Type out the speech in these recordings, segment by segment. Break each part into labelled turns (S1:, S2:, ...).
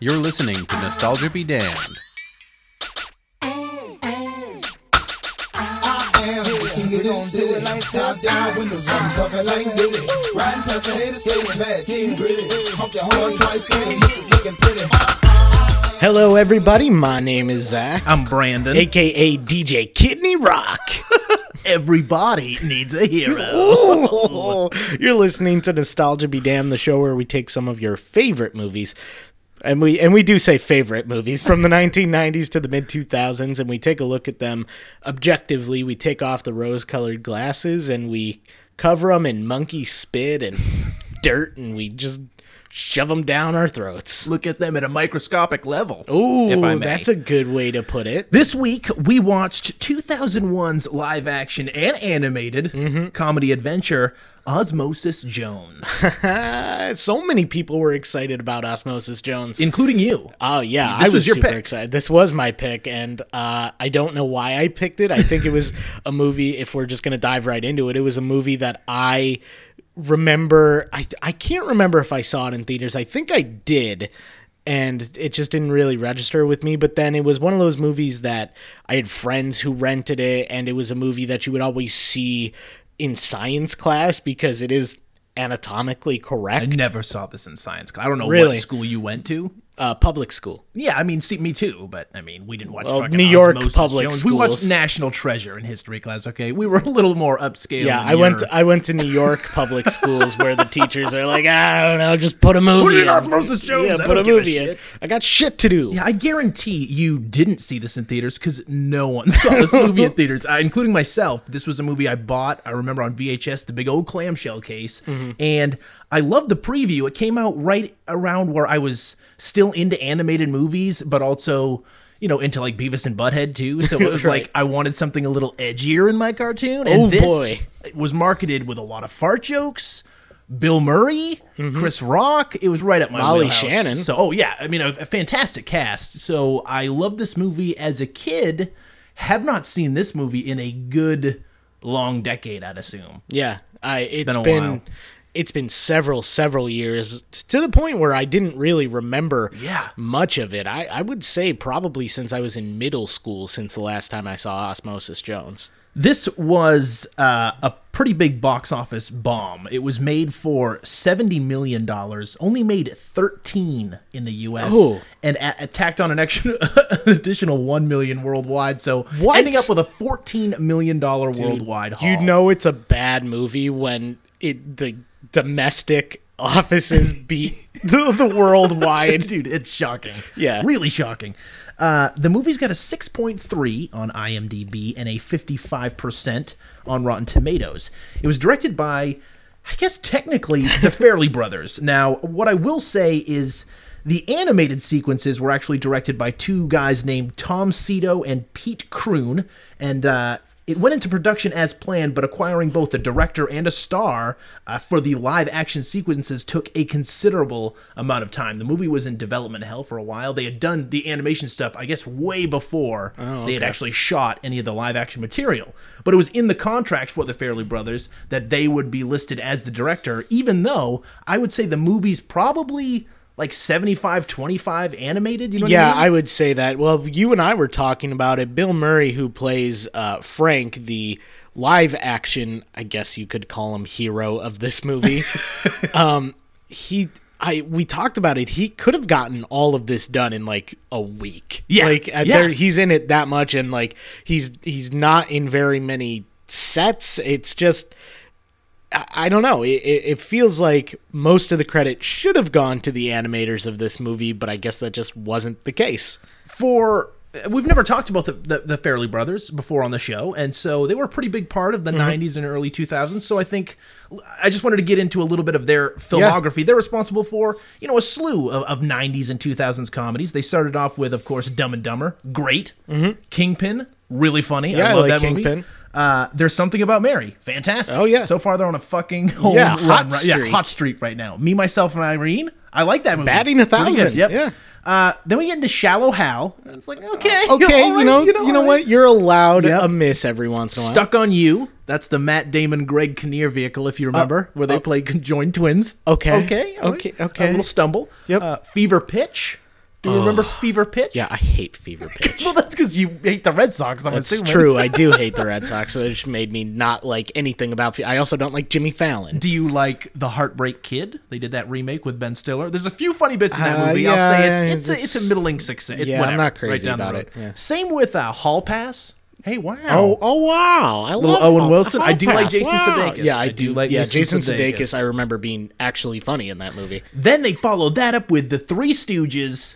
S1: You're listening to Nostalgia Be Damned.
S2: King of this city, top down, windows on, puffin' like Diddy. Riding past the haters, skating bad, team gritty. Honk your horn twice, saying this is looking pretty.
S3: Hello, everybody. My name is Zach,
S4: I'm Brandon.
S3: aka DJ Kidney Rock.
S4: Everybody needs a hero.
S3: Oh, you're listening to Nostalgia Be Damned, the show where we take some of your favorite movies. And we and we do say favorite movies from the 1990s to the mid 2000s, and we take a look at them objectively. We take off the rose-colored glasses and we cover them in monkey spit and dirt, and we just shove them down our throats.
S4: Look at them at a microscopic level. if I
S3: Ooh,
S4: may.
S3: that's a good way to put it.
S4: This week, we watched 2001's live action and animated
S3: Mm-hmm.
S4: comedy adventure, Osmosis Jones,
S3: Uh, so many people were excited about Osmosis Jones.
S4: including you.
S3: oh yeah,
S4: This
S3: I was,
S4: was your
S3: super
S4: pick.
S3: excited. This was my pick, and uh, I don't know why I picked it. I think it was a movie. If we're just gonna dive right into it, it was a movie that I remember. I I can't remember if I saw it in theaters. I think I did. And it just didn't really register with me. But then it was one of those movies that I had friends who rented it, and it was a movie that you would always see in science class because it is anatomically correct.
S4: I never saw this in science class. I don't know
S3: Really?
S4: what school you went to.
S3: uh, public school.
S4: Yeah, I mean, see, me too, but I mean, we didn't watch
S3: Well,
S4: fucking
S3: New York
S4: Osmosis
S3: public
S4: Jones. We watched
S3: schools.
S4: National Treasure in history class, okay? We were a little more upscale.
S3: Yeah,
S4: than
S3: I went.
S4: your-
S3: I went to New York public schools where the teachers are like, I don't know, just put a movie.
S4: it in
S3: in."
S4: Osmosis Jones,
S3: Yeah,
S4: I
S3: put
S4: don't
S3: a
S4: give a
S3: movie in.
S4: shit.
S3: I got shit to do.
S4: Yeah, I guarantee you didn't see this in theaters because no one saw this movie in theaters, I, including myself. This was a movie I bought, I remember, on VHS, the big old clamshell case.
S3: Mm-hmm.
S4: And I loved the preview. It came out right around where I was still into animated movies, but also. You know, into like Beavis and Butthead too. So it was
S3: Right.
S4: like I wanted something a little edgier in my cartoon. And
S3: Oh,
S4: this
S3: boy.
S4: was marketed with a lot of fart jokes, Bill Murray,
S3: Mm-hmm.
S4: Chris Rock. It was right up my
S3: Molly
S4: wheelhouse.
S3: Shannon.
S4: So, oh yeah, I mean, a, a fantastic cast. So I love this movie as a kid. Have not seen this movie in a good long decade, I'd assume.
S3: Yeah, I. it's
S4: been a
S3: been.
S4: while.
S3: It's been several, several years to the point where I didn't really remember
S4: Yeah.
S3: much of it. I, I would say probably since I was in middle school, since the last time I saw Osmosis Jones.
S4: This was uh, a pretty big box office bomb. It was made for seventy million dollars, only made thirteen in the U.S.
S3: Oh.
S4: and a- a- tacked on an extra an additional one million worldwide. So
S3: What?
S4: ending up with a fourteen million dollar worldwide.
S3: You
S4: haul.
S3: know it's a bad movie when it the domestic offices beat the, the worldwide.
S4: dude it's shocking
S3: Yeah.
S4: really shocking uh, the movie's got a 6.3 on imdb and a 55% on rotten tomatoes it was directed by i guess technically the fairley brothers now what i will say is the animated sequences were actually directed by two guys named tom Cito and pete croon and uh, it went into production as planned, but acquiring both a director and a star uh, for the live action sequences took a considerable amount of time. The movie was in development hell for a while. They had done the animation stuff, I guess, way before they had actually shot any of the live action material. But it was in the contract for the Fairley Brothers that they would be listed as the director, even though I would say the movie's probably like 75 25 animated. You know what
S3: Yeah,
S4: I mean?
S3: I would say that. Well, you and I were talking about it. Bill Murray, who plays uh, Frank, the live action, I guess you could call him hero of this movie. um, he, I, we talked about it. He could have gotten all of this done in like a week.
S4: Yeah,
S3: like uh,
S4: yeah.
S3: There, he's in it that much, and like he's he's not in very many sets. It's just. I- I don't know. It, it, it feels like most of the credit should have gone to the animators of this movie, but I guess that just wasn't the case.
S4: for we've never talked about the, the, the Fairley brothers before on the show, and so they were a pretty big part of the
S3: Mm-hmm.
S4: '90s and early 2000s. So I think I just wanted to get into a little bit of their filmography. They're responsible for you know a slew of, of '90s and 2000s comedies. They started off with, of course, Dumb and Dumber, great, Kingpin, really funny.
S3: Mm-hmm. Yeah, I
S4: I love
S3: like
S4: that movie.
S3: Kingpin.
S4: Uh, there's something about Mary. Fantastic.
S3: Oh, yeah.
S4: So far they're on a fucking home
S3: Yeah,
S4: run
S3: Hot
S4: right- yeah,
S3: Streak.
S4: hot streak right now. Me, myself, and Irene. I like that movie.
S3: Batting a
S4: Mm-hmm. Pretty good.
S3: thousand,
S4: Yep.
S3: yeah. Uh,
S4: Uh, then we get into Shallow Hal. It's like okay,
S3: Okay,
S4: all
S3: you
S4: right,
S3: know, you know,
S4: all
S3: what?
S4: right.
S3: You're allowed
S4: Yep.
S3: a miss every once in a while.
S4: Stuck on You. That's the Matt Damon Greg Kinnear vehicle, if you remember, where they
S3: uh,
S4: play conjoined twins.
S3: Okay,
S4: okay, all right.
S3: okay, okay.
S4: A little stumble.
S3: Yep.
S4: Uh, Fever Pitch. Do you remember Fever Pitch?
S3: Yeah, I hate Fever Pitch.
S4: Well, that's because you hate the Red Sox. I'm
S3: That's
S4: assuming.
S3: true. I do hate the Red Sox. So it just made me not like anything about. Fe- I also don't like Jimmy Fallon.
S4: Do you like The Heartbreak Kid? They did that remake with Ben Stiller. There's a few funny bits in that
S3: Uh,
S4: movie. I'll
S3: yeah,
S4: say it's it's, a, it's
S3: it's-
S4: a middling success. It's
S3: yeah, I'm
S4: whatever,
S3: not crazy
S4: right down the
S3: about
S4: road.
S3: it, yeah.
S4: Same with uh, Hall Pass. Hey, wow.
S3: Oh, oh wow! I
S4: Little
S3: love
S4: Owen
S3: Hall-
S4: Wilson. I
S3: Hall
S4: do like
S3: Pass.
S4: Jason Sudeikis.
S3: Yeah, I,
S4: I
S3: do.
S4: do like
S3: yeah,
S4: Jason
S3: Jason
S4: Sudeikis.
S3: Sudeikis. I remember being actually funny in that movie.
S4: Then they followed that up with The Three Stooges,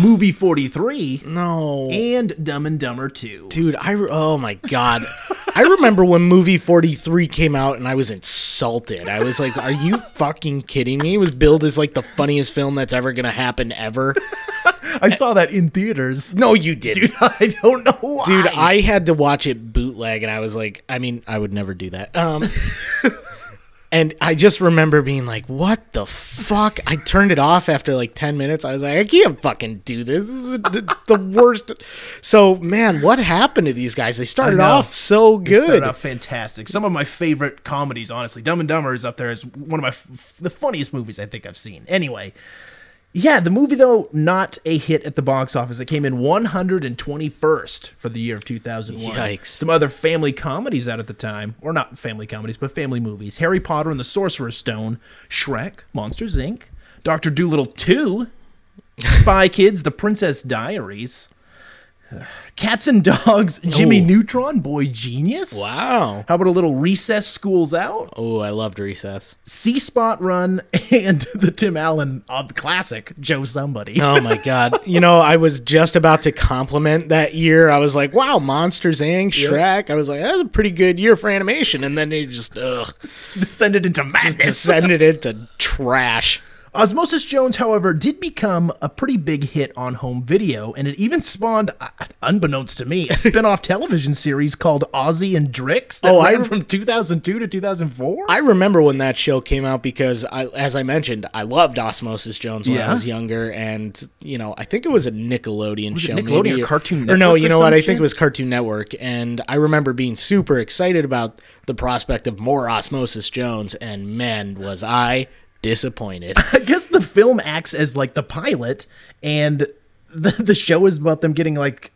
S4: Movie 43,
S3: No,
S4: and Dumb and Dumber 2.
S3: dude. I re- oh my god. I remember when movie 43 came out and I was insulted. I was like, "Are you fucking kidding me?" It was billed as like the funniest film that's ever going to happen ever.
S4: I saw that in theaters.
S3: No, you didn't.
S4: Dude, I don't know why.
S3: Dude, I had to watch it bootleg, and I was like, I mean, I would never do that. Um, and I just remember being like, "What the fuck?" I turned it off after like ten minutes. I was like, "I can't fucking do this. This is the, the worst." So, man, what happened to these guys? They started
S4: know.
S3: off so good.
S4: Started off fantastic. Some of my favorite comedies, honestly. Dumb and Dumber is up there as one of my f- the funniest movies I think I've seen. Anyway, yeah, the movie though not a hit at the box office. It came in 121st for the year of 2001.
S3: Yikes.
S4: Some other family comedies out at the time, or not family comedies, but family movies: Harry Potter and the Sorcerer's Stone, Shrek, Monsters Inc., Doctor Dolittle 2, Spy Kids, The Princess Diaries. Cats and Dogs, Jimmy
S3: Ooh.
S4: Neutron, Boy Genius.
S3: wow.
S4: How about a little recess schools out?
S3: Oh, I loved Recess.
S4: C spot run and the Tim Allen uh, classic, Joe Somebody.
S3: Oh my god! You know, I was just about to compliment that year. I was like, "Wow, Monsters Inc., Shrek." I was like, "That's a pretty good year for animation." And then they just ugh,
S4: Descended into madness.
S3: descended into trash.
S4: Osmosis Jones, however, did become a pretty big hit on home video, and it even spawned, uh, unbeknownst to me, a spin off television series called Ozzy and Drix that
S3: Oh, I
S4: ran
S3: rem-
S4: from 2002 to 2004.
S3: I remember when that show came out because, I, as I mentioned, I loved Osmosis Jones when
S4: Yeah.
S3: I was younger, and you know, I think it was a Nickelodeon
S4: it
S3: show,
S4: Nickelodeon
S3: maybe,
S4: or Cartoon
S3: or no,
S4: Network or
S3: you know what?
S4: some
S3: I think
S4: shit?
S3: it was Cartoon Network, and I remember being super excited about the prospect of more Osmosis Jones, and man, was I disappointed.
S4: I guess the film acts as like the pilot, and the, the show is about them getting like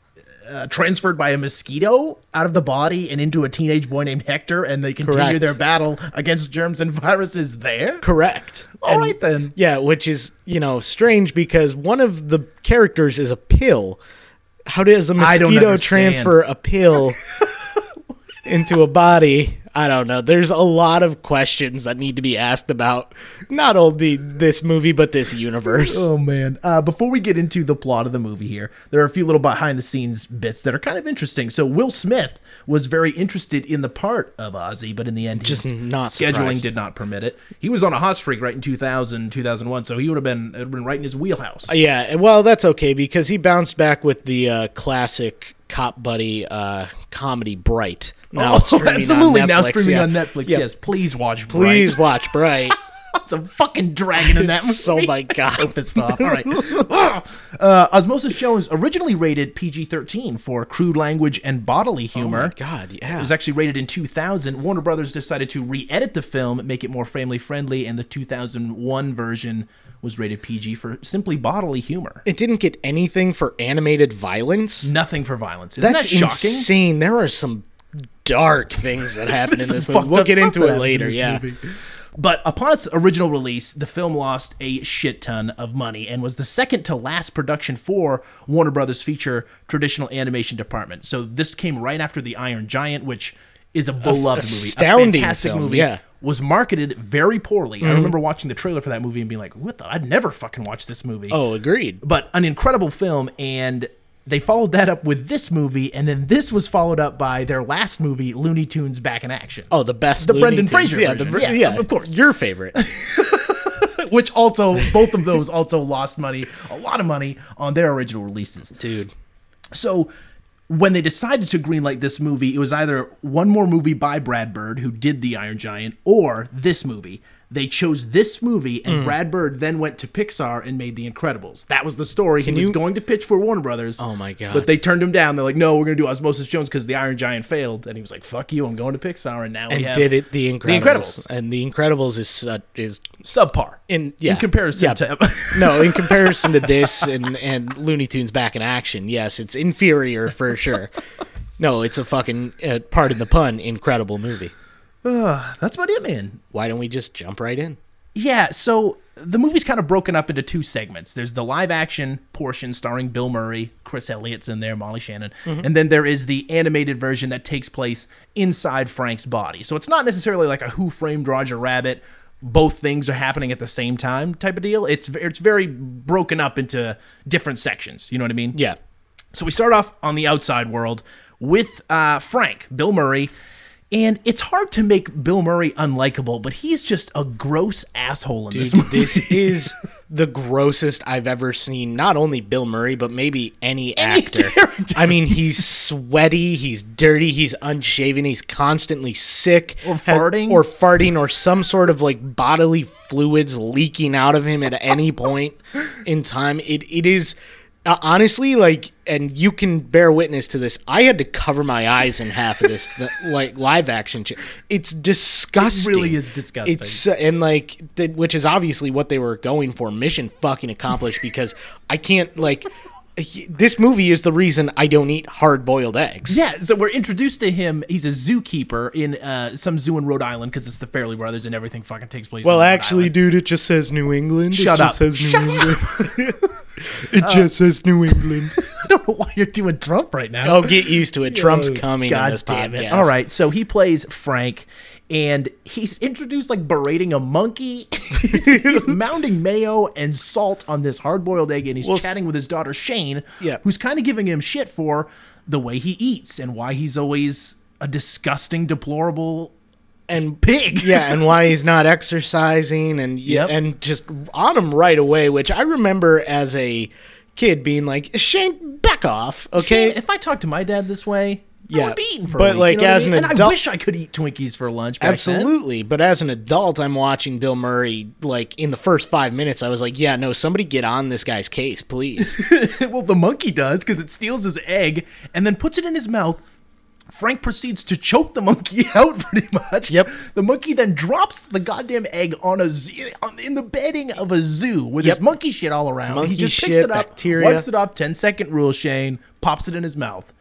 S4: uh, transferred by a mosquito out of the body and into a teenage boy named Hector, and they continue
S3: Correct.
S4: their battle against germs and viruses there.
S3: Correct.
S4: All right, then.
S3: Yeah, which is you know strange because one of the characters is a pill. How does a
S4: I don't
S3: mosquito
S4: understand.
S3: transfer a pill into a body? I don't know. There's a lot of questions that need to be asked about not only this movie but this universe.
S4: Oh man! Uh, before we get into the plot of the movie here, there are a few little behind-the-scenes bits that are kind of interesting. So Will Smith was very interested in the part of Ozzy, but in the end,
S3: Just
S4: his
S3: not
S4: scheduling
S3: surprised.
S4: did not permit it. He was on a hot streak right in 2000, 2001, so he would have been it would've been right in his wheelhouse.
S3: Yeah, well, that's okay because he bounced back with the uh, classic cop buddy uh, comedy Bright. Now
S4: oh,
S3: streaming on
S4: absolutely! now
S3: Netflix,
S4: streaming
S3: yeah.
S4: on Netflix.
S3: Yeah,
S4: Yes, please watch.
S3: Please
S4: Bright.
S3: watch Bright.
S4: it's a fucking dragon in that movie.
S3: so my god.
S4: so pissed off. All right. uh, Osmosis Jones originally rated PG-13 for crude language and bodily humor.
S3: Oh God,
S4: It
S3: yeah.
S4: was actually rated in 2000. Warner Brothers decided to re-edit the film, make it more family-friendly, and the 2001 version was rated PG for simply bodily humor.
S3: it didn't get anything for animated violence.
S4: Nothing for violence. Isn't
S3: That's
S4: that shocking?
S3: insane. There are some dark things that happen in this
S4: Fucked
S3: movie. We'll
S4: up
S3: get
S4: stuff that
S3: into it
S4: happens in
S3: later.
S4: this
S3: Yeah.
S4: movie. But upon its original release, the film lost a shit ton of money and was the second to last production for Warner Brothers' feature traditional animation department. So this came right after The Iron Giant, which is a beloved movie, a
S3: astounding
S4: fantastic
S3: film,
S4: movie.
S3: yeah. Mm-hmm.
S4: Was marketed very poorly. I remember watching the trailer for that movie and being like, "What the? I'd never fucking watch this movie."
S3: Oh, agreed.
S4: but an incredible film and they followed that up with this movie and then this was followed up by their last movie looney tunes back in action
S3: Oh, the best.
S4: The
S3: Looney
S4: Brendan
S3: Tunes.
S4: Fraser
S3: Yeah, the,
S4: version.
S3: yeah,
S4: Yeah,
S3: yeah,
S4: of course.
S3: Your favorite.
S4: which also both of those also lost money a lot of money on their original releases
S3: Dude.
S4: so when they decided to greenlight this movie it was either one more movie by brad bird who did the iron giant or this movie They chose this movie,
S3: Hmm.
S4: and Brad Bird then went to Pixar and made The Incredibles. That was the story he was
S3: you-
S4: going to pitch for Warner Brothers.
S3: Oh my God.
S4: But they turned him down. They're like, "No, we're going to do Osmosis Jones because the Iron Giant failed," and he was like, "Fuck you, I'm going to Pixar." And now we
S3: and
S4: have
S3: did it the Incredibles.
S4: The Incredibles
S3: and the Incredibles is uh, is
S4: subpar
S3: in yeah
S4: in comparison
S3: yeah.
S4: to
S3: no in comparison to this and and Looney Tunes back in action. Yes, it's inferior for sure. No, it's a fucking uh, pardon the pun, incredible movie.
S4: Ugh, that's about it, man.
S3: Why don't we just jump right in?
S4: Yeah, so the movie's kind of broken up into two segments. There's the live action portion starring Bill Murray, Chris Elliott's in there, Molly Shannon, and then there is the animated version that takes place inside Frank's body. So it's not necessarily like a Who Framed Roger Rabbit. Both things are happening at the same time, type of deal. It's it's very broken up into different sections. You know what I mean?
S3: Yeah.
S4: So we start off on the outside world with uh, Frank, Bill Murray. And it's hard to make Bill Murray unlikable, but he's just a gross asshole in this
S3: Dude,
S4: movie.
S3: this is the grossest I've ever seen. Not only Bill Murray, but maybe any, actor.
S4: character.
S3: I mean, he's sweaty, he's dirty, he's unshaven, he's constantly sick
S4: Or
S3: ha-
S4: farting.
S3: or farting, or some sort of like bodily fluids leaking out of him at any point in time. It it is. Uh, honestly, like, and you can bear witness to this. I had to cover my eyes in half of this, like, live action shit. It's disgusting.
S4: is disgusting.
S3: It's so, and like the, which is obviously what they were going for mission fucking accomplished because i can't like he- this movie is the reason i don't eat hard-boiled eggs
S4: Yeah, so we're introduced to him. He's a zookeeper in uh, some zoo in Rhode Island because it's the Fairley Brothers and everything fucking takes place. in Rhode Island.
S3: dude it just says new england
S4: Shut just up. says New Shut
S3: england it just says new england
S4: I don't know why you're doing Trump right now.
S3: oh get used to it trump's coming in this
S4: damn
S3: podcast
S4: it. All right, so he plays Frank, and he's introduced like berating a monkey. he's, he's mounding mayo and salt on this hard-boiled egg, and he's
S3: Well, s-
S4: chatting with his daughter Shane,
S3: Yeah.
S4: who's kind of giving him shit for the way he eats and why he's always a disgusting, deplorable
S3: and
S4: pig.
S3: yeah, and why he's not exercising and yeah,
S4: Yep.
S3: and just on him right away, which I remember as a kid being like, Shane, back off, okay?
S4: Shane, if I talked to my dad this way, yeah, I
S3: Yeah,
S4: would be eating for a
S3: but,
S4: week, you
S3: like,
S4: know what I
S3: as
S4: mean?
S3: an
S4: and I
S3: adult-
S4: wish I could eat Twinkies for lunch. back then.
S3: Absolutely. But as an adult, I'm watching Bill Murray, like in the first five minutes, I was like, yeah, no, somebody get on this guy's case, please.
S4: well, the monkey does because it steals his egg and then puts it in his mouth. Frank proceeds to choke the monkey out pretty much.
S3: Yep.
S4: The monkey then drops the goddamn egg on a zoo, on, in the bedding of a zoo where there's
S3: Yep.
S4: monkey shit all around.
S3: Monkey
S4: he just picks
S3: shit,
S4: it up,
S3: bacteria.
S4: wipes it off, 10 second rule, Shane, pops it in his mouth.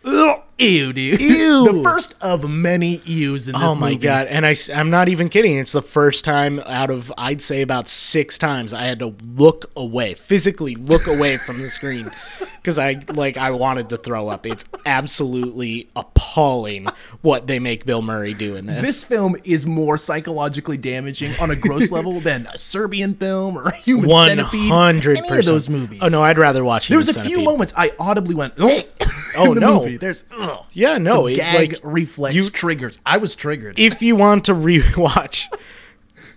S4: Ew, dude.
S3: Ew.
S4: the first of many ews in this
S3: oh my
S4: movie.
S3: God. And I, am not even kidding. It's the first time out of, I'd say, about six times I had to look away, physically look away from the screen because I, like, I wanted to throw up. It's absolutely appalling what they make Bill Murray do in this.
S4: This film is more psychologically damaging on a gross level than a Serbian film or a human
S3: one
S4: centipede.
S3: hundred
S4: Any of those movies.
S3: Oh no, I'd rather watch.
S4: There was a
S3: Human
S4: few
S3: Centipede.
S4: moments I audibly went, "Oh,
S3: Oh, no.
S4: There's ugh.
S3: Yeah, no,
S4: Some
S3: it,
S4: gag
S3: like,
S4: reflex
S3: you-
S4: triggers. I was triggered.
S3: if you want to rewatch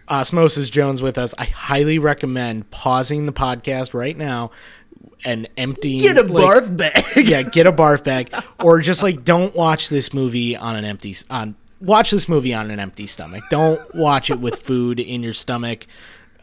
S3: Osmosis Jones with us, I highly recommend pausing the podcast right now and emptying.
S4: Get a
S3: like-
S4: barf bag.
S3: yeah, get a barf bag, or just like don't watch this movie on an empty s- on watch this movie on an empty stomach. Don't watch it with food in your stomach.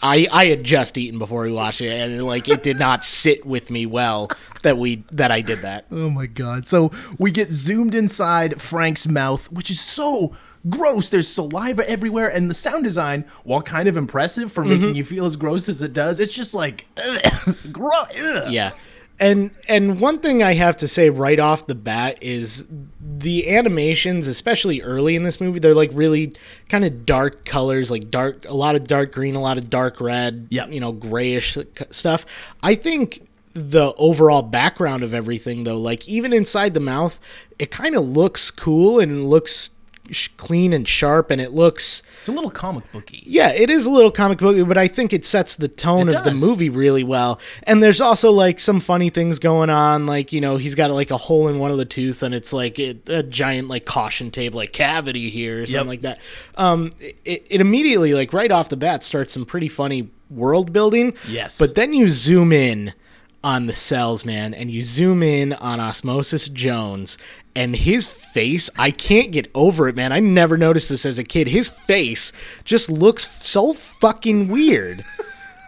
S3: I I had just eaten before we watched it, and like it did not sit with me well that we that I did that.
S4: Oh my god. So we get zoomed inside Frank's mouth, which is so gross. There's saliva everywhere, and the sound design, while kind of impressive for making you feel as gross as it does, it's just like gross.
S3: Yeah. And and one thing I have to say right off the bat is the animations, especially early in this movie, they're like really kind of dark colors, like dark, a lot of dark green, a lot of dark red,
S4: Yeah.
S3: you know, grayish stuff. I think the overall background of everything, though, like even inside the mouth, it kind of looks cool and looks sh- clean and sharp, and it looks
S4: It's a little comic booky.
S3: yeah, it is a little comic book, but I think it sets the tone
S4: It
S3: of the
S4: does.
S3: movie really well. And there's also like some funny things going on, like you know he's got like a hole in one of the tooth, and it's like it, a giant like caution tape, like cavity here or something like
S4: Yep.
S3: that. Um, it, it immediately like right off the bat starts some pretty funny world building.
S4: Yes.
S3: but then you zoom in on the cells, man, and you zoom in on Osmosis Jones and his face, I can't get over it, man. I never noticed this as a kid. His face just looks so fucking weird.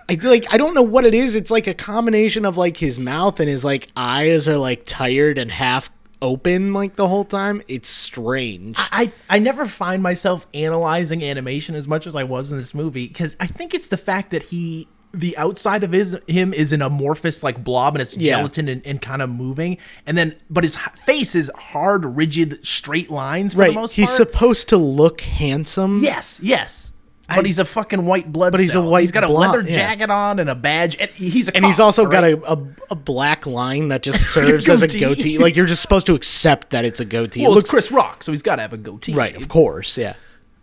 S3: I feel like I don't know what it is. It's like a combination of like his mouth and his like eyes are like tired and half open like the whole time. It's strange.
S4: I, I never find myself analyzing animation as much as I was in this movie because I think it's the fact that he the outside of his him is an amorphous like blob and it's
S3: Yeah.
S4: gelatin and, and kind of moving and then but his h- face is hard rigid straight lines for the
S3: right.
S4: most
S3: He's
S4: part.
S3: supposed to look handsome.
S4: yes yes but he's a fucking white blood
S3: But he's a
S4: cell.
S3: white
S4: he's got a
S3: blob,
S4: leather
S3: yeah.
S4: jacket on and a badge and he's a
S3: And
S4: cop,
S3: he's also got
S4: right?
S3: a, a, a black line that just serves as a
S4: Goatee.
S3: goatee. Like you're just supposed to accept that it's a goatee. it
S4: well it's
S3: looks
S4: Chris Rock so he's got to have a goatee
S3: right, of course, yeah.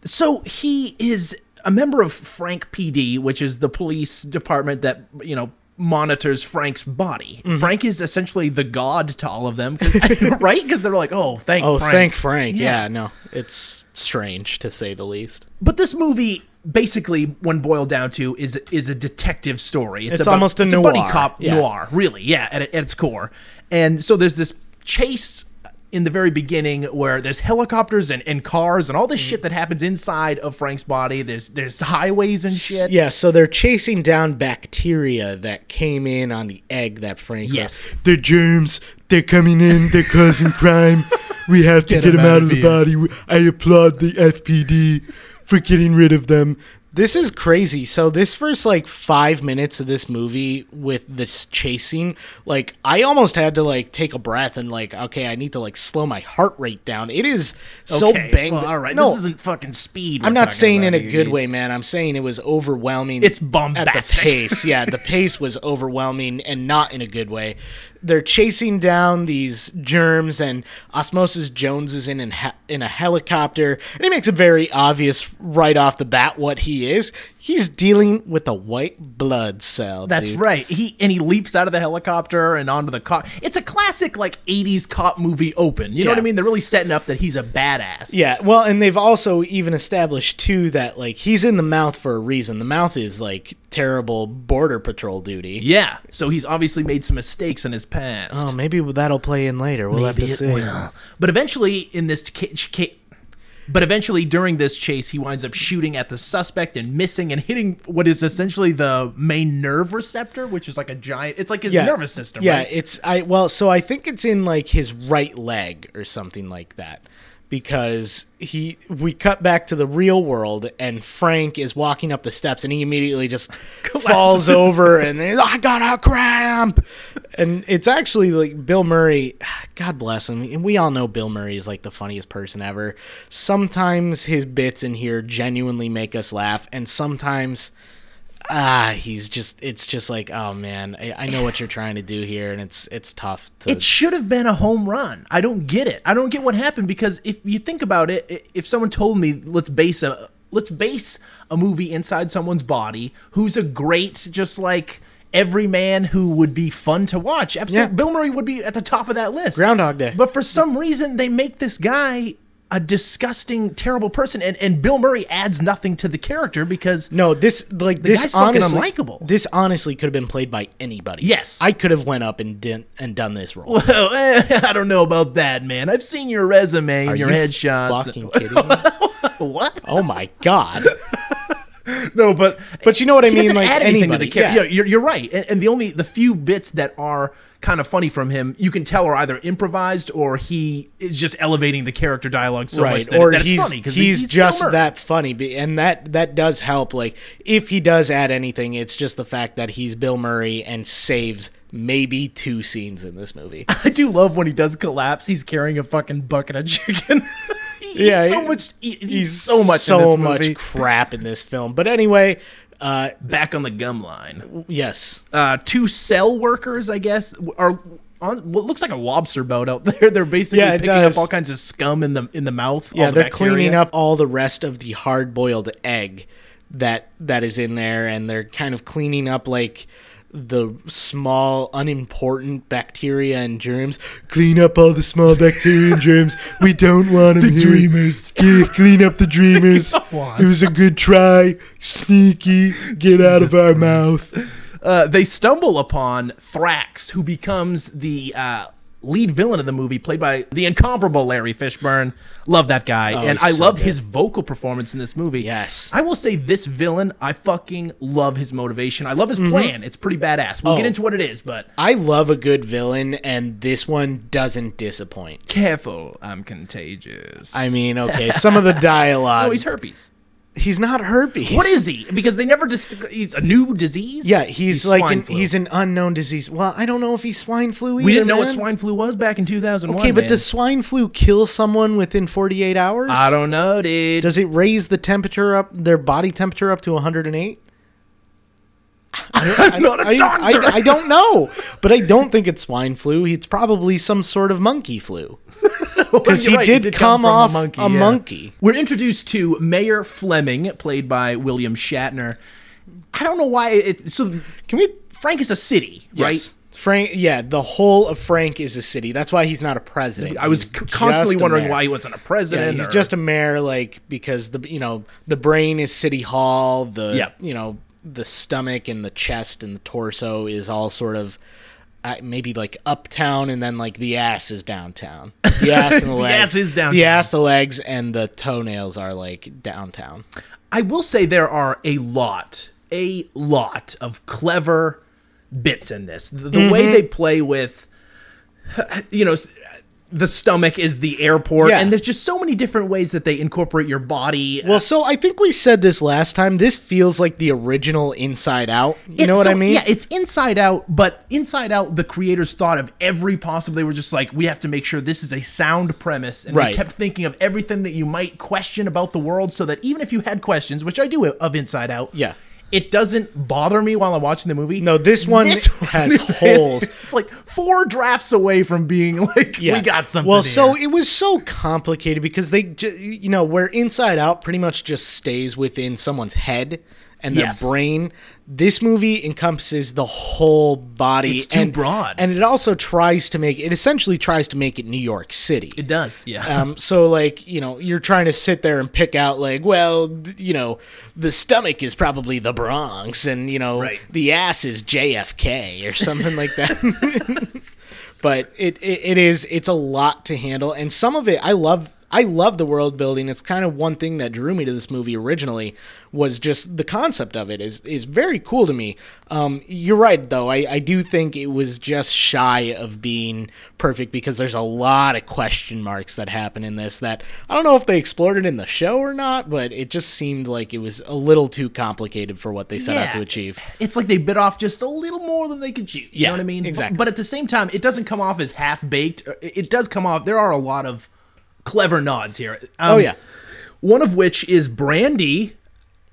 S4: so he is a member of Frank PD, which is the police department that you know monitors Frank's body.
S3: Mm-hmm.
S4: Frank is essentially the god to all of them, 'cause- right? Because they're like, "Oh, thank
S3: Oh,
S4: Frank.
S3: thank Frank. Yeah. no, it's strange to say the least.
S4: But this movie, basically, when boiled down to, is is a detective story.
S3: It's almost a
S4: it's buddy
S3: noir.
S4: cop
S3: Yeah.
S4: noir, really. Yeah, at, at its core. And so there's this chase in the very beginning where there's helicopters and, and cars and all
S3: Mm-hmm.
S4: this shit that happens inside of Frank's body. There's there's highways and shit.
S3: Yeah, so they're chasing down bacteria that came in on the egg that Frank.
S4: Yes.
S5: They're germs. They're coming in. They're causing crime. We have to get, them out, of the body. We- I applaud the FPD for getting rid of them.
S3: This is crazy. So this first like five minutes of this movie with this chase scene, like I almost had to like take a breath and like, okay, I need to like slow my heart rate down. It is so
S4: Okay,
S3: banged.
S4: well, all right,
S3: No,
S4: this isn't fucking speed.
S3: I'm
S4: we're
S3: not
S4: talking
S3: saying
S4: about
S3: in a
S4: here,
S3: good
S4: dude.
S3: way, man. I'm saying it was overwhelming.
S4: It's
S3: At the
S4: bombastic.
S3: pace, yeah, the pace was overwhelming and not in a good way. They're chasing down these germs, and Osmosis Jones is in an he- in a helicopter, and he makes it very obvious right off the bat what he is. He's dealing with a white blood cell.
S4: That's
S3: dude.
S4: right. He and he leaps out of the helicopter and onto the cop. It's a classic like '80s cop movie open. You know what I
S3: Yeah.
S4: mean? They're really setting up that he's a badass.
S3: Yeah, well, and they've also even established too that like he's in the mouth for a reason. The mouth is like terrible border patrol duty.
S4: Yeah. So he's obviously made some mistakes in his past.
S3: Oh, maybe that'll play in later. We'll
S4: Maybe
S3: have to
S4: it
S3: see.
S4: will. But eventually, in this ca- ca- but eventually during this chase, he winds up shooting at the suspect and missing and hitting what is essentially the main nerve receptor, which is like a giant. It's like his nervous system.
S3: Yeah,
S4: right?
S3: it's I well, so I think it's in like his right leg or something like that. Because he we cut back to the real world and Frank is walking up the steps and he immediately just falls over and then, I got a cramp. And it's actually like Bill Murray, God bless him. And we all know Bill Murray is like the funniest person ever. Sometimes his bits in here genuinely make us laugh, and sometimes ah he's just it's just like oh man I, I know what you're trying to do here and it's it's tough to
S4: It should have been a home run. I don't get it. I don't get what happened because if you think about it, i- if someone told me let's base a let's base a movie inside someone's body, who's a great just like every man who would be fun to watch. Absolutely,
S3: Yeah.
S4: Bill Murray would be at the top of that list.
S3: Groundhog Day.
S4: But for some reason, they make this guy a disgusting, terrible person, and and Bill Murray adds nothing to the character because
S3: no this like
S4: guy's
S3: this
S4: fucking
S3: honestly
S4: unlikable.
S3: this honestly could have been played by anybody
S4: Yes.
S3: i could have went up and did and done this role
S4: Well, eh, I don't know about that, man. I've seen your resume and
S3: Are
S4: your
S3: you
S4: headshots.
S3: fucking kidding me?
S4: what?
S3: oh my god
S4: No, but
S3: But you know what I
S4: He
S3: mean,
S4: doesn't
S3: like,
S4: add anything to
S3: anybody,
S4: the character.
S3: yeah.
S4: Yeah, you're, you're right. And, and the only the few bits that are kind of funny from him, you can tell are either improvised or he is just elevating the character dialogue so much
S3: right
S4: that,
S3: or
S4: that it's
S3: he's,
S4: funny
S3: he's,
S4: 'cause he- Bill
S3: just
S4: Murray.
S3: that funny be- and that that does help like if he does add anything it's just the fact that he's bill murray and saves maybe two scenes in this movie
S4: I do love when he does collapse. He's carrying a fucking bucket of chicken. He
S3: Yeah,
S4: eats so
S3: he-
S4: much. He, he eats
S3: he's
S4: so much.
S3: so
S4: in this
S3: much
S4: movie.
S3: crap in this film but anyway uh
S4: Back on the gum line.
S3: yes
S4: uh, two cell workers, I guess, w- are on what looks like a lobster boat out there. They're basically
S3: Yeah, it
S4: picking
S3: does.
S4: up all kinds of scum in the in the mouth. all
S3: yeah
S4: the
S3: they're
S4: bacteria.
S3: cleaning up all the rest of the hard boiled egg that that is in there and they're kind of cleaning up like the small unimportant bacteria and germs
S5: Clean up all the small bacteria and germs. We don't want them the here.
S4: dreamers.
S5: Yeah, clean up the dreamers.
S4: on.
S5: It was a good try. Sneaky. Get out of our mouth.
S4: Uh, they stumble upon Thrax, who becomes the uh, lead villain of the movie, played by the incomparable Larry Fishburne. Love that guy, and
S3: Oh,
S4: I
S3: he's so
S4: love
S3: good.
S4: his vocal performance in this movie.
S3: Yes.
S4: I will say this villain. I fucking love his motivation. I love his plan. It's pretty badass. We'll get
S3: Mm-hmm. Oh.
S4: into what it is, but
S3: I love a good villain, and this one doesn't disappoint.
S4: careful, I'm contagious.
S3: I mean, okay, some of the dialogue.
S4: oh, he's herpes.
S3: He's not herpes.
S4: What is he? Because they never just. he's a new disease.
S3: Yeah, he's, like
S4: swine
S3: an,
S4: flu.
S3: he's an unknown disease. Well, I don't know if he's swine flu. Either,
S4: We didn't know what
S3: man.
S4: swine flu was back in 2001.
S3: Okay, but
S4: man.
S3: does swine flu kill someone within 48 hours?
S4: I don't know, dude.
S3: Does it raise the temperature up, their body temperature up to 108?
S4: I'm not a
S3: I, I,
S4: doctor.
S3: I don't know, but I don't think it's swine flu. It's probably some sort of monkey flu. Because
S4: You're
S3: he,
S4: right,
S3: did come,
S4: from
S3: off
S4: monkey,
S3: a
S4: yeah.
S3: monkey.
S4: We're introduced to Mayor Fleming, played by William Shatner. I don't know why it. So can we? Frank is a city, right?
S3: Frank, yeah, the whole of Frank is a city. That's why he's not a president.
S4: I was
S3: He's
S4: c-
S3: just
S4: constantly
S3: a
S4: wondering
S3: mayor.
S4: why he wasn't a
S3: Yeah,
S4: president.
S3: he's
S4: or-
S3: just a mayor, like because the you know the brain is city hall. The
S4: Yep.
S3: you know the stomach and the chest and the torso is all sort of uh, maybe like uptown, and then like the ass is downtown. The ass and the
S4: The
S3: legs.
S4: ass is downtown.
S3: The ass, the legs, and the toenails are like downtown.
S4: I will say there are a lot, a lot of clever bits in this. The, the
S3: Mm-hmm.
S4: way they play with, you know, s- the stomach is the airport,
S3: Yeah.
S4: and there's just so many different ways that they incorporate your body.
S3: Well, so I think we said this last time. This feels like the original Inside Out. You
S4: It-
S3: know what
S4: so,
S3: I mean?
S4: Yeah, it's Inside Out, but Inside Out, the creators thought of every possible. They were just like, we have to make sure this is a sound premise, and they
S3: Right.
S4: kept thinking of everything that you might question about the world, so that even if you had questions, which I do of Inside Out,
S3: Yeah.
S4: it doesn't bother me while I'm watching the movie.
S3: No, this one has holes.
S4: It's like four drafts away from being like, we got something.
S3: Well, so
S4: here.
S3: it was so complicated because they, ju- you know, where Inside Out pretty much just stays within someone's head and their
S4: Yes.
S3: brain. This movie encompasses the whole body.
S4: It's too
S3: and,
S4: broad.
S3: and it also tries to make it essentially tries to make it New York City.
S4: it does. Yeah.
S3: Um, so like you know you're trying to sit there and pick out like well d- you know the stomach is probably the Bronx and you know
S4: Right.
S3: the ass is JFK or something like that. but it, it it is it's a lot to handle and some of it I love I love the world building. It's kind of one thing that drew me to this movie originally was just the concept of it is is very cool to me. Um, you're right though. I, I do think it was just shy of being perfect because there's a lot of question marks that happen in this that I don't know if they explored it in the show or not, but it just seemed like it was a little too complicated for what they set out
S4: Yeah.
S3: to achieve.
S4: It's like they bit off just a little more than they could chew. You
S3: Yeah,
S4: know what I mean? B-
S3: exactly.
S4: But, at the same time, it doesn't come off as half baked. It does come off. There are a lot of clever nods here. Um,
S3: oh yeah.
S4: One of which is Brandy,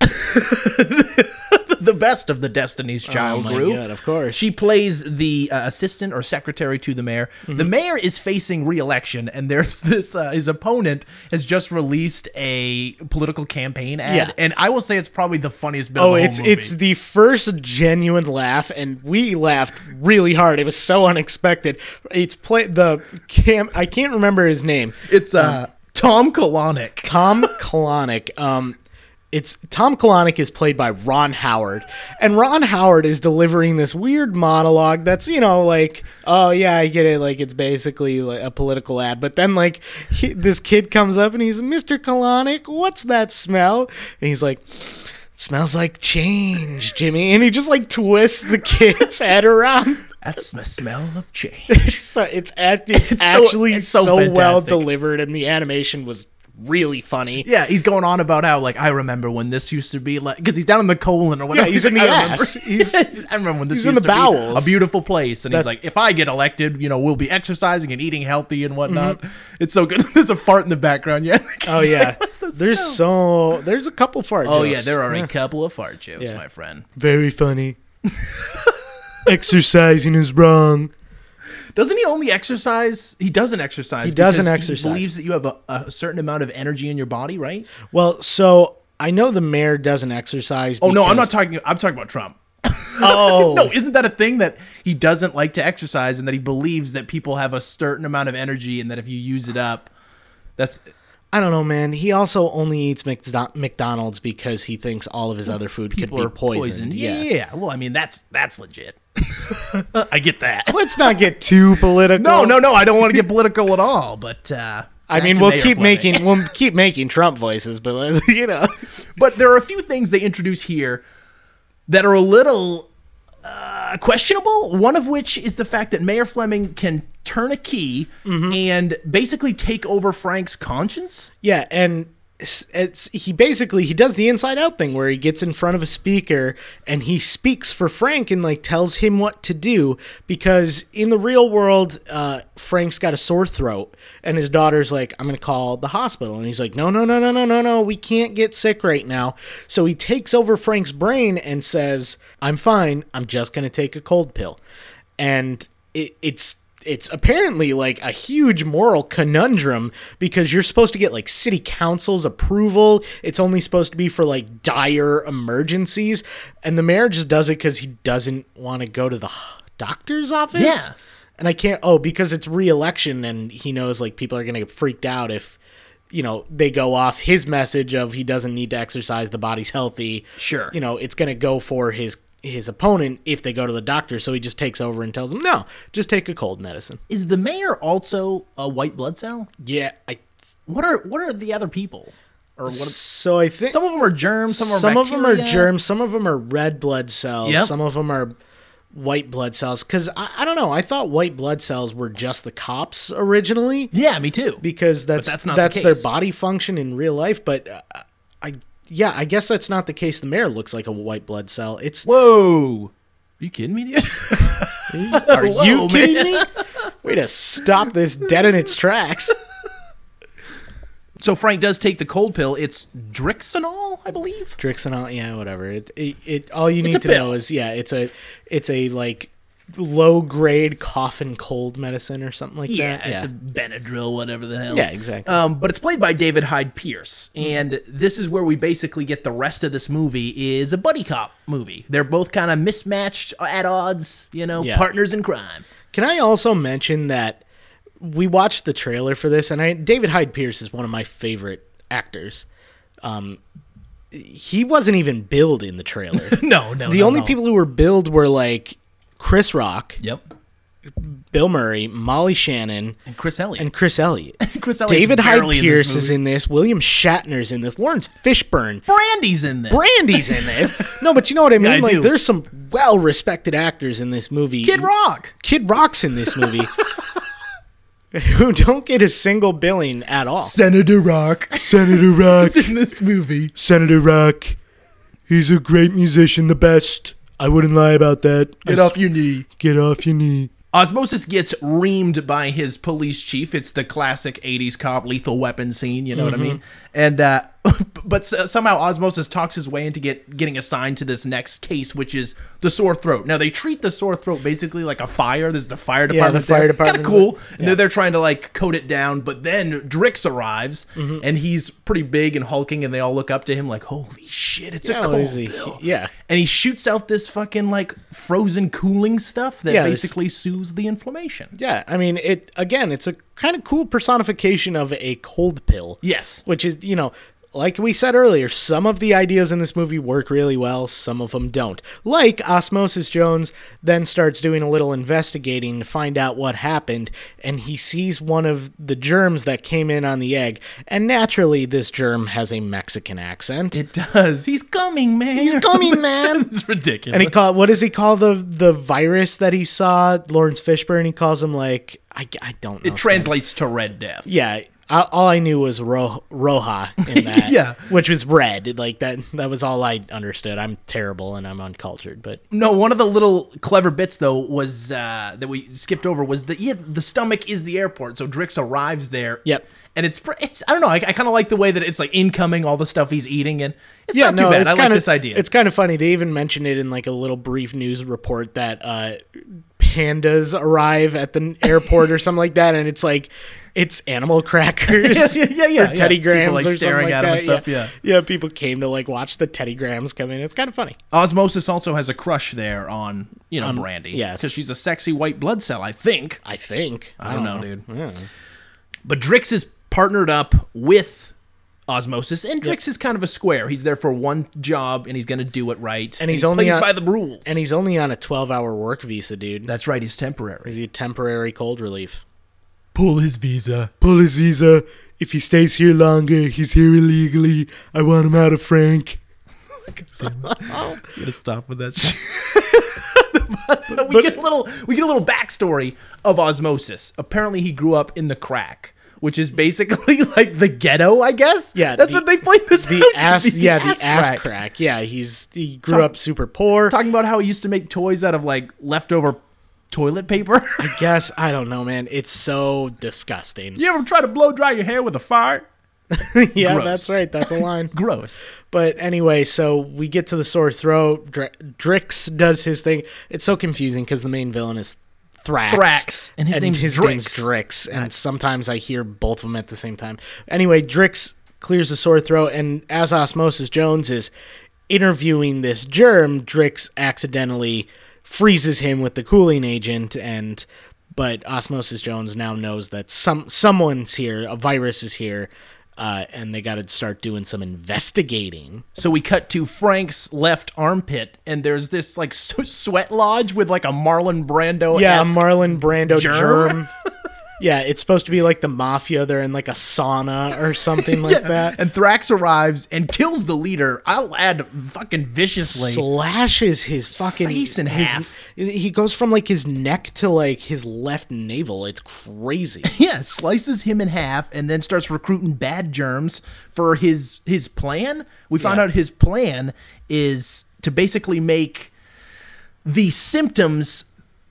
S4: the best of the Destiny's Child
S3: Oh my
S4: group.
S3: God, of course.
S4: She plays the uh, assistant or secretary to the mayor.
S3: Mm-hmm.
S4: The mayor is facing re-election, and there's this uh, his opponent has just released a political campaign ad,
S3: Yeah.
S4: and I will say it's probably the funniest bit. of
S3: Oh,
S4: the whole
S3: it's
S4: movie.
S3: it's the first genuine laugh, and we laughed really hard. It was so unexpected. It's play the cam. I can't remember his name.
S4: It's uh, Tom Kalanick.
S3: Tom Kalanick. Um, it's Tom Kalanick is played by Ron Howard, and Ron Howard is delivering this weird monologue that's you know like, oh yeah, I get it, like it's basically like a political ad. But then like he, this kid comes up and he's Mr. Kalanick, what's that smell? And he's like. Smells like change, Jimmy, and he just like twists the kid's head around.
S4: That's the smell of change.
S3: It's so, it's, act, it's,
S4: It's so-
S3: actually
S4: it's so
S3: so, well
S4: fantastic.
S3: delivered, and the animation was really funny.
S4: yeah, he's going on about how like I remember when this used to be like because he's down in the colon or whatever.
S3: he's in
S4: like,
S3: the
S4: "I remember-
S3: ass. He's-
S4: Yes, I remember when this
S3: he's in
S4: used
S3: the
S4: to be a
S3: bowels."
S4: beautiful place, and he's
S3: That's-
S4: like, if I get elected, you know, we'll be exercising and eating healthy and whatnot. It's so good. There's a fart in the background. Mm-hmm. Yeah.
S3: Oh yeah, there's
S4: smell?
S3: so there's a couple fart.
S4: Oh
S3: jokes.
S4: yeah, there are a couple of fart jokes,
S3: Yeah.
S4: my friend.
S5: Very funny. Exercising is wrong.
S4: Doesn't he only exercise? He doesn't exercise.
S3: He doesn't
S4: because
S3: exercise.
S4: believes that you have a, a certain amount of energy in your body, right?
S3: Well, so I know the mayor doesn't exercise.
S4: Oh no, I'm not
S3: because-
S4: talking. I'm talking about Trump.
S3: Oh
S4: No, isn't that a thing that he doesn't like to exercise and that he believes that people have a certain amount of energy and that if you use it up, that's
S3: I don't know, man. He also only eats McDo- McDonald's because he thinks all of his other food could be poisoned.
S4: Yeah. Well, I mean that's that's legit. I get that.
S3: Let's not get too political.
S4: No, no, no. I don't want to get political at all. But uh,
S3: I
S4: back
S3: mean,
S4: to
S3: we'll
S4: Mayor
S3: keep
S4: Fleming.
S3: making we'll keep making Trump voices, but let's- you know,
S4: But there are a few things they introduce here that are a little uh, questionable. One of which is the fact that Mayor Fleming can turn a key
S3: Mm-hmm.
S4: and basically take over Frank's conscience.
S3: yeah. And it's, it's he basically he does the inside out thing where he gets in front of a speaker and he speaks for Frank and like tells him what to do because in the real world, uh, Frank's got a sore throat and his daughter's like, "I'm gonna call the hospital," and he's like, "No, no, no, no, no, no, no. We can't get sick right now." So he takes over Frank's brain and says, "I'm fine. I'm just gonna take a cold pill," and it, it's it's apparently like a huge moral conundrum because you're supposed to get like city council's approval. It's only supposed to be for like dire emergencies, and the mayor just does it because he doesn't want to go to the h- doctor's office.
S4: Yeah.
S3: and I can't. Oh, because it's re-election, and he knows like people are gonna get freaked out if you know they go off his message of he doesn't need to exercise, the body's healthy.
S4: Sure.
S3: you know know, it's going to go for his his opponent if they go to the doctor. So he just takes over and tells him, "No, just take a cold medicine."
S4: Is the mayor also a white blood cell?
S3: Yeah, I.
S4: What are what are the other people? Or what? Are,
S3: So I think
S4: some of them are germs. Some are
S3: some of them are
S4: bacteria.
S3: germs. Some of them are red blood cells.
S4: Yep.
S3: Some of them are white blood cells. Because I, I don't know. I thought white blood cells were just the cops originally.
S4: Yeah, me too.
S3: because that's that's,
S4: that's not the
S3: their
S4: case.
S3: body function in real life. But uh, I, yeah, I guess that's not the case. The mayor looks like a white blood cell. It's
S4: Whoa. Are you kidding me, dude?
S3: are
S4: Whoa,
S3: you
S4: man.
S3: kidding me? Way to stop this dead in its tracks.
S4: so Frank does take the cold pill. It's Drixenol, I believe.
S3: Drixenol, yeah, whatever. It, it, it all you need
S4: a
S3: to
S4: pill.
S3: know is yeah, it's a it's a like low grade cough and cold medicine or something like that.
S4: it's a Benadryl, whatever the hell.
S3: Yeah, exactly.
S4: Um, but it's played by David Hyde Pierce, and this is where we basically get the rest of this movie is a buddy cop movie. They're both kind of mismatched uh, at odds, you know,
S3: Yeah.
S4: partners in crime.
S3: Can I also mention that we watched the trailer for this, and I, David Hyde Pierce is one of my favorite actors. Um, he wasn't even billed in the trailer.
S4: No, no.
S3: the
S4: no,
S3: only
S4: no.
S3: people who were billed were like Chris Rock,
S4: Yep.
S3: Bill Murray, Molly Shannon,
S4: And Chris Elliott.
S3: and Chris Elliott.
S4: Chris Elliott's
S3: David Hyde
S4: barely in this
S3: Pierce is
S4: movie.
S3: in this. William Shatner's in this. Lawrence Fishburne.
S4: Brandy's in this.
S3: Brandy's in this. No, but you know what I mean.
S4: I
S3: like,
S4: do.
S3: there's some well-respected actors in this movie.
S4: Kid Rock.
S3: Kid Rock's in this movie, who don't get a single billing at all.
S5: Senator Rock. Senator Rock.
S4: in this movie.
S5: Senator Rock. He's a great musician, the best. I wouldn't lie about that. I s-
S4: your knee.
S5: Get off your knee.
S4: Osmosis gets reamed by his police chief. It's the classic 80s cop lethal weapon scene, you know what I mean?
S3: Mm-hmm.
S4: And uh but s- uh, somehow Osmosis talks his way into get getting assigned to this next case which is the sore throat. Now they treat the sore throat basically like a fire. There's the fire department.
S3: the fire
S4: there.
S3: department's
S4: Kinda cool.
S3: like-
S4: And they're, they're trying to like coat it down, but then Drix arrives
S3: Mm-hmm.
S4: and he's pretty big and hulking and they all look up to him like, "Holy shit, it's a
S3: Yeah,
S4: cold
S3: what is he-
S4: pill."
S3: yeah.
S4: and he shoots out this fucking like frozen cooling stuff that
S3: Yeah, this-
S4: basically soothes the inflammation.
S3: Yeah, I mean, it again. It's a kind of cool personification of a cold pill.
S4: Yes.
S3: which is you know. Like we said earlier, some of the ideas in this movie work really well, some of them don't. Like Osmosis Jones then starts doing a little investigating to find out what happened, and he sees one of the germs that came in on the egg. And naturally, this germ has a Mexican accent.
S4: It does. He's coming, man.
S3: He's
S4: Or
S3: coming,
S4: something.
S3: man.
S4: it's ridiculous.
S3: And he called what does he call the the virus that he saw? Lawrence Fishburne. He calls him like I, I don't know.
S4: it translates to Red Death.
S3: yeah. I, all I knew was ro- Roja in that,
S4: Yeah.
S3: which was red. Like that, that was all I understood. I'm terrible and I'm uncultured, but
S4: No, one of the little clever bits though was uh, that we skipped over was that yeah, the stomach is the airport. So Drix arrives there.
S3: Yep.
S4: And it's pr- it's I don't know. I, I kind of like the way that it's like incoming all the stuff he's eating and it's not too bad. I like
S3: kinda,
S4: this idea.
S3: It's kind of funny. They even mentioned it in like a little brief news report that uh, pandas arrive at the airport or something like that, and it's like it's animal crackers.
S4: Yeah, yeah, yeah,
S3: or Teddy
S4: yeah. People,
S3: Grams
S4: like,
S3: or something
S4: staring
S3: like
S4: at 'em
S3: that.
S4: and stuff, yeah.
S3: yeah. people came to like watch the Teddy Grams come in. It's kind of funny.
S4: Osmosis also has a crush there on you know Brandy.
S3: yes.
S4: Because she's a sexy white blood cell, I think.
S3: I think.
S4: I don't know, dude. But Drix is partnered up with Osmosis, and Drix is kind of a square. He's there for one job, and he's going to do it right.
S3: And he's
S4: he
S3: only
S4: plays
S3: on-
S4: by the rules.
S3: And he's only on a 12 hour work visa, dude.
S4: that's right. He's temporary.
S3: Is he temporary cold relief?
S5: Pull his visa. Pull his visa. If he stays here longer, he's here illegally. I want him out of Frank.
S4: gonna stop with that. we get a little we get a little backstory of Osmosis. Apparently, he grew up in the crack, which is basically like the ghetto, I guess.
S3: Yeah,
S4: that's
S3: the-
S4: what they play this out
S3: The
S4: to
S3: ass,
S4: be,
S3: yeah, the ass,
S4: crack.
S3: crack. Yeah, he's he grew
S4: Talk-
S3: up super poor.
S4: Talking about how he used to make toys out of like leftover toilet paper.
S3: I guess I don't know, man. It's so disgusting.
S4: you ever try to blow dry your hair with a fart?
S3: yeah,
S4: gross.
S3: that's right. That's a line.
S4: Gross.
S3: But anyway, so we get to the sore throat. Dr- Drix does his thing. It's so confusing because the main villain is Thrax.
S4: Thrax, and his name's Drix.
S3: Drix. And sometimes I hear both of them at the same time. Anyway, Drix clears the sore throat, and as Osmosis Jones is interviewing this germ, Drix accidentally freezes him with the cooling agent and. But Osmosis Jones now knows that some someone's here, a virus is here, uh, and they got to start doing some investigating.
S4: So we cut to Frank's left armpit, and there's this like s sweat lodge with like a Marlon Brando.
S3: Yeah, Marlon Brando
S4: germ?
S3: germ. yeah, it's supposed to be like the mafia. They're in like a sauna or something like that.
S4: And Thrax arrives and kills the leader. I'll add fucking viciously.
S3: Slashes his fucking
S4: face in
S3: his,
S4: half.
S3: He goes from like his neck to like his left navel. It's crazy.
S4: yeah, slices him in half and then starts recruiting bad germs for his his plan. We found out his plan is to basically make the symptoms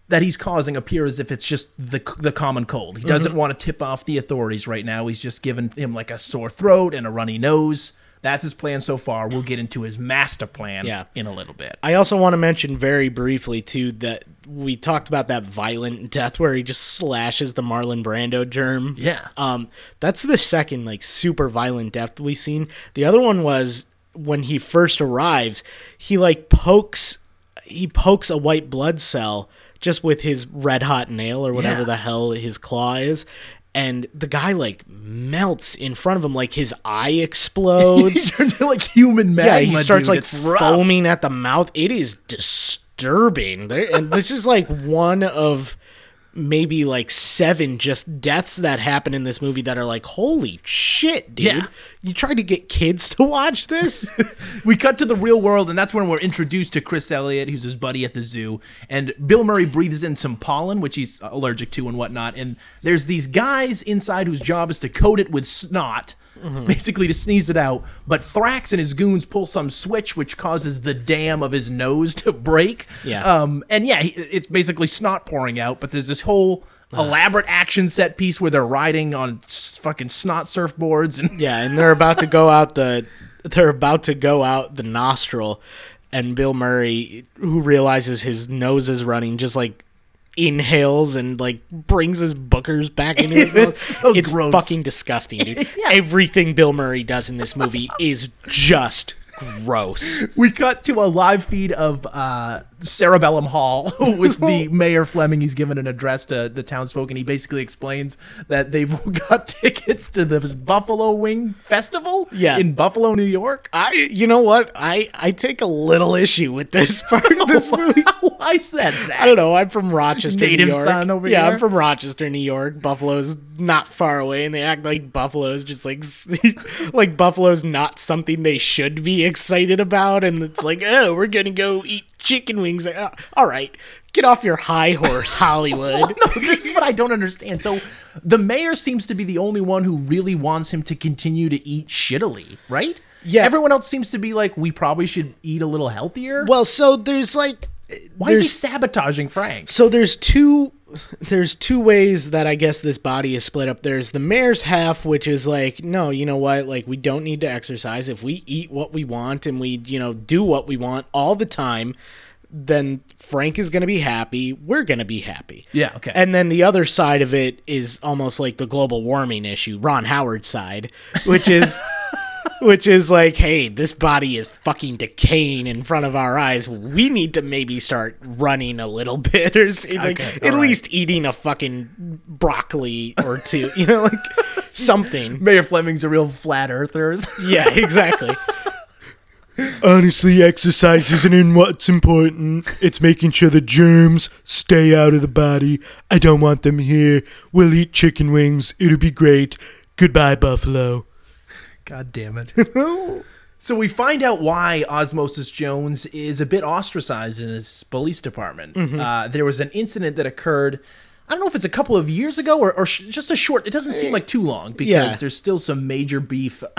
S4: that he's causing appear as if it's just the the common cold. He
S3: Mm-hmm.
S4: doesn't want to tip off the authorities right now. He's just given him like a sore throat and a runny nose. That's his plan so far. We'll get into his master plan
S3: Yeah.
S4: in a little bit.
S3: I also want to mention very briefly too that we talked about that violent death where he just slashes the Marlon Brando germ.
S4: Yeah.
S3: Um, that's the second like super violent death we've seen. The other one was when he first arrives, he like pokes he pokes a white blood cell just with his red hot nail or whatever
S4: Yeah.
S3: the hell his claw is. And the guy like melts in front of him, like his eye
S4: He
S3: explodes.
S4: turns into like human magma.
S3: Yeah, he starts
S4: dude.
S3: like
S4: It's rough.
S3: foaming at the mouth. It is disturbing. There, and this is like one of maybe like seven just deaths that happen in this movie that are like, holy shit, dude!
S4: Yeah.
S3: You tried to get kids to watch this?
S4: We cut to the real world, and that's when we're introduced to Chris Elliott, who's his buddy at the zoo. And Bill Murray breathes in some pollen, which he's allergic to and whatnot. And there's these guys inside whose job is to coat it with snot, basically to sneeze it out. But Thrax and his goons pull some switch, which causes the dam of his nose to break.
S3: Yeah.
S4: Um, and yeah, he- it's basically snot pouring out, but there's this whole. Elaborate action set piece where they're riding on s- fucking snot surfboards and
S3: yeah, and they're about to go out the they're about to go out the nostril, and Bill Murray, who realizes his nose is running, just like inhales and like brings his bookers back into his nose.
S4: It's so
S3: it's
S4: gross.
S3: fucking disgusting, dude. Everything Bill Murray does in this movie is just gross.
S4: we cut to a live feed of uh, Cerebellum Hall, who was the mayor Fleming. He's given an address to the townsfolk, and he basically explains that they've got tickets to this Buffalo Wing Festival
S3: Yeah.
S4: in Buffalo, New York.
S3: I you know what? I I take a little issue with this part of this movie.
S4: Why is that, Zach?
S3: I don't know. I'm from Rochester,
S4: Native
S3: New York.
S4: son over
S3: yeah,
S4: here.
S3: I'm from Rochester, New York. Buffalo's not far away, and they act like Buffalo's just like s- like Buffalo's not something they should be excited about, and it's like, oh, we're gonna go eat chicken wings. Uh, all right, get off your high horse, Hollywood.
S4: no, this is what I don't understand. So the mayor seems to be the only one who really wants him to continue to eat shittily, right?
S3: Yeah.
S4: Everyone else seems to be like, we probably should eat a little healthier.
S3: well, so there's like,
S4: Why is he sabotaging Frank?
S3: so there's two there's two ways that I guess this body is split up. There's the mayor's half, which is like, no, you know what? Like we don't need to exercise. If we eat what we want and we, you know, do what we want all the time, then Frank is gonna be happy. We're gonna be happy.
S4: Yeah, okay.
S3: And then the other side of it is almost like the global warming issue, Ron Howard's side, which is which is like, hey, this body is fucking decaying in front of our eyes. We need to maybe start running a little bit or something.
S4: Okay,
S3: at
S4: all right.
S3: least eating a fucking broccoli or two. You know, like something.
S4: Mayor Fleming's a real flat earther.
S3: Yeah, exactly.
S5: Honestly, exercise isn't in what's important. It's making sure the germs stay out of the body. I don't want them here. We'll eat chicken wings. It'll be great. Goodbye, Buffalo.
S4: God damn it. so we find out why Osmosis Jones is a bit ostracized in his police department.
S3: Mm-hmm.
S4: Uh, there was an incident that occurred. I don't know if it's a couple of years ago or, or sh- just a short. It doesn't seem like too long because
S3: Eh, Yeah.
S4: there's still some major beef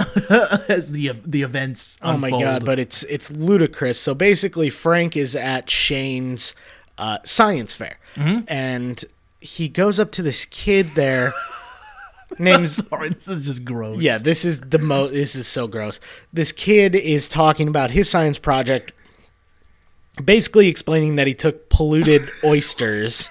S4: as the the events
S3: Oh
S4: unfold.
S3: my god, but it's it's ludicrous. So basically, Frank is at Shane's uh, science fair,
S4: Mm-hmm.
S3: and he goes up to this kid there. name's
S4: sorry, this is just gross.
S3: yeah. This is the mo. This is so gross. This kid is talking about his science project, basically explaining that he took polluted oysters.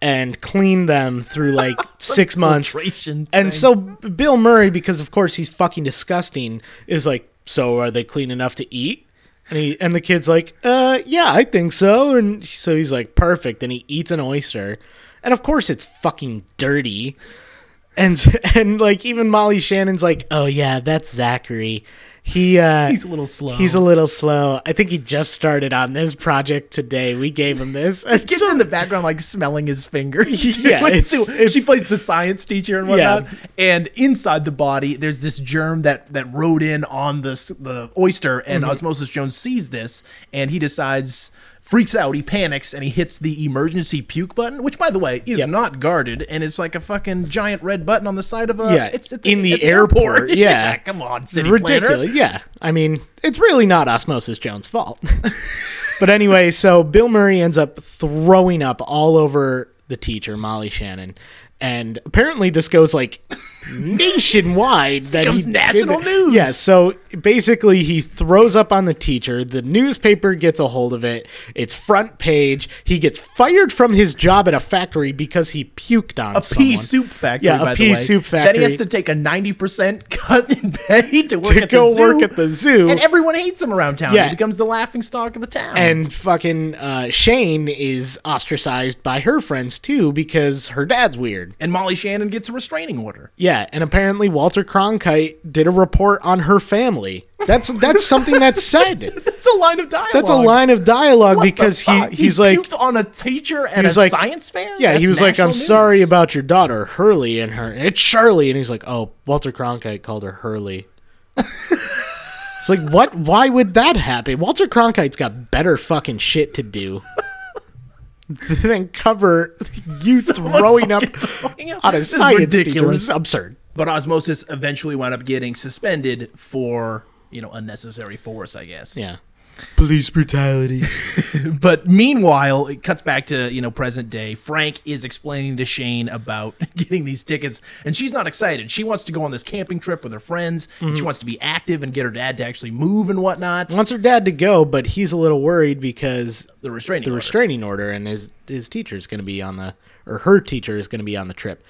S3: And cleaned them through like six months,
S4: Filtration
S3: and
S4: thing.
S3: so B- Bill Murray, because of course he's fucking disgusting, is like, "So are they clean enough to eat?" And he and the kid's like, "Uh, yeah, I think so." And so he's like, "Perfect." And he eats an oyster, and of course it's fucking dirty. And and like even Molly Shannon's like, "Oh yeah, that's Zachary." He uh,
S4: He's a little slow.
S3: He's a little slow. I think he just started on this project today. We gave him this. And
S4: gets
S3: so-
S4: in the background like smelling his fingers.
S3: Yeah,
S4: Like,
S3: it's-
S4: so she
S3: it's-
S4: plays the science teacher and
S3: Yeah.
S4: whatnot. And inside the body, there's this germ that that rode in on the s- the oyster, and
S3: Mm-hmm.
S4: Osmosis Jones sees this, and he decides. Freaks out, he panics, and he hits the emergency puke button, which, by the way, is
S3: Yep.
S4: not guarded, and it's like a fucking giant red button on the side of a.
S3: Yeah,
S4: it's at
S3: in the
S4: at
S3: airport, yeah.
S4: come on, city
S3: ridiculous.
S4: planner.
S3: Yeah, I mean, it's really not Osmosis Jones' fault. but anyway, so Bill Murray ends up throwing up all over the teacher, Molly Shannon, and apparently this goes like nationwide. that
S4: becomes
S3: he did
S4: national
S3: it.
S4: news.
S3: Yeah, so basically he throws up on the teacher. The newspaper gets a hold of it. It's front page. He gets fired from his job at a factory because he puked on
S4: a
S3: someone.
S4: pea soup factory.
S3: Yeah, a
S4: by the
S3: pea
S4: way.
S3: soup
S4: Then he
S3: factory.
S4: has to take a ninety percent cut in pay to work
S3: To
S4: at
S3: go
S4: the zoo.
S3: work at the zoo.
S4: and everyone hates him around town.
S3: Yeah.
S4: he becomes the laughing stock of the town.
S3: and fucking uh, Shane is ostracized by her friends too because her dad's weird.
S4: and Molly Shannon gets a restraining order.
S3: Yeah, and apparently Walter Cronkite did a report on her family. That's that's something that's said.
S4: That's a line of dialogue.
S3: That's a line of dialogue
S4: What the
S3: because he
S4: fuck?
S3: he's
S4: he
S3: like
S4: puked on a teacher at
S3: he was
S4: a
S3: like
S4: science fair.
S3: Yeah, he
S4: That's
S3: was like,
S4: national
S3: "I'm
S4: news.
S3: sorry about your daughter Hurley and her it's Shirley," and he's like, "Oh, Walter Cronkite called her Hurley." it's like, what? Why would that happen? Walter Cronkite's got better fucking shit to do than cover you throwing up
S4: throwing up.
S3: on a
S4: This is
S3: science teacher. It's
S4: ridiculous.
S3: absurd.
S4: But Osmosis eventually wound up getting suspended for you know unnecessary force, I guess.
S3: Yeah.
S5: Police brutality.
S4: But meanwhile, it cuts back to, you know, present day. Frank is explaining to Shane about getting these tickets, and she's not excited. She wants to go on this camping trip with her friends. and
S3: Mm-hmm.
S4: she wants to be active and get her dad to actually move and whatnot.
S3: Wants her dad to go, but he's a little worried because
S4: the restraining
S3: the
S4: order.
S3: restraining order, and his his teacher is going to be on the or her teacher is going to be on the trip.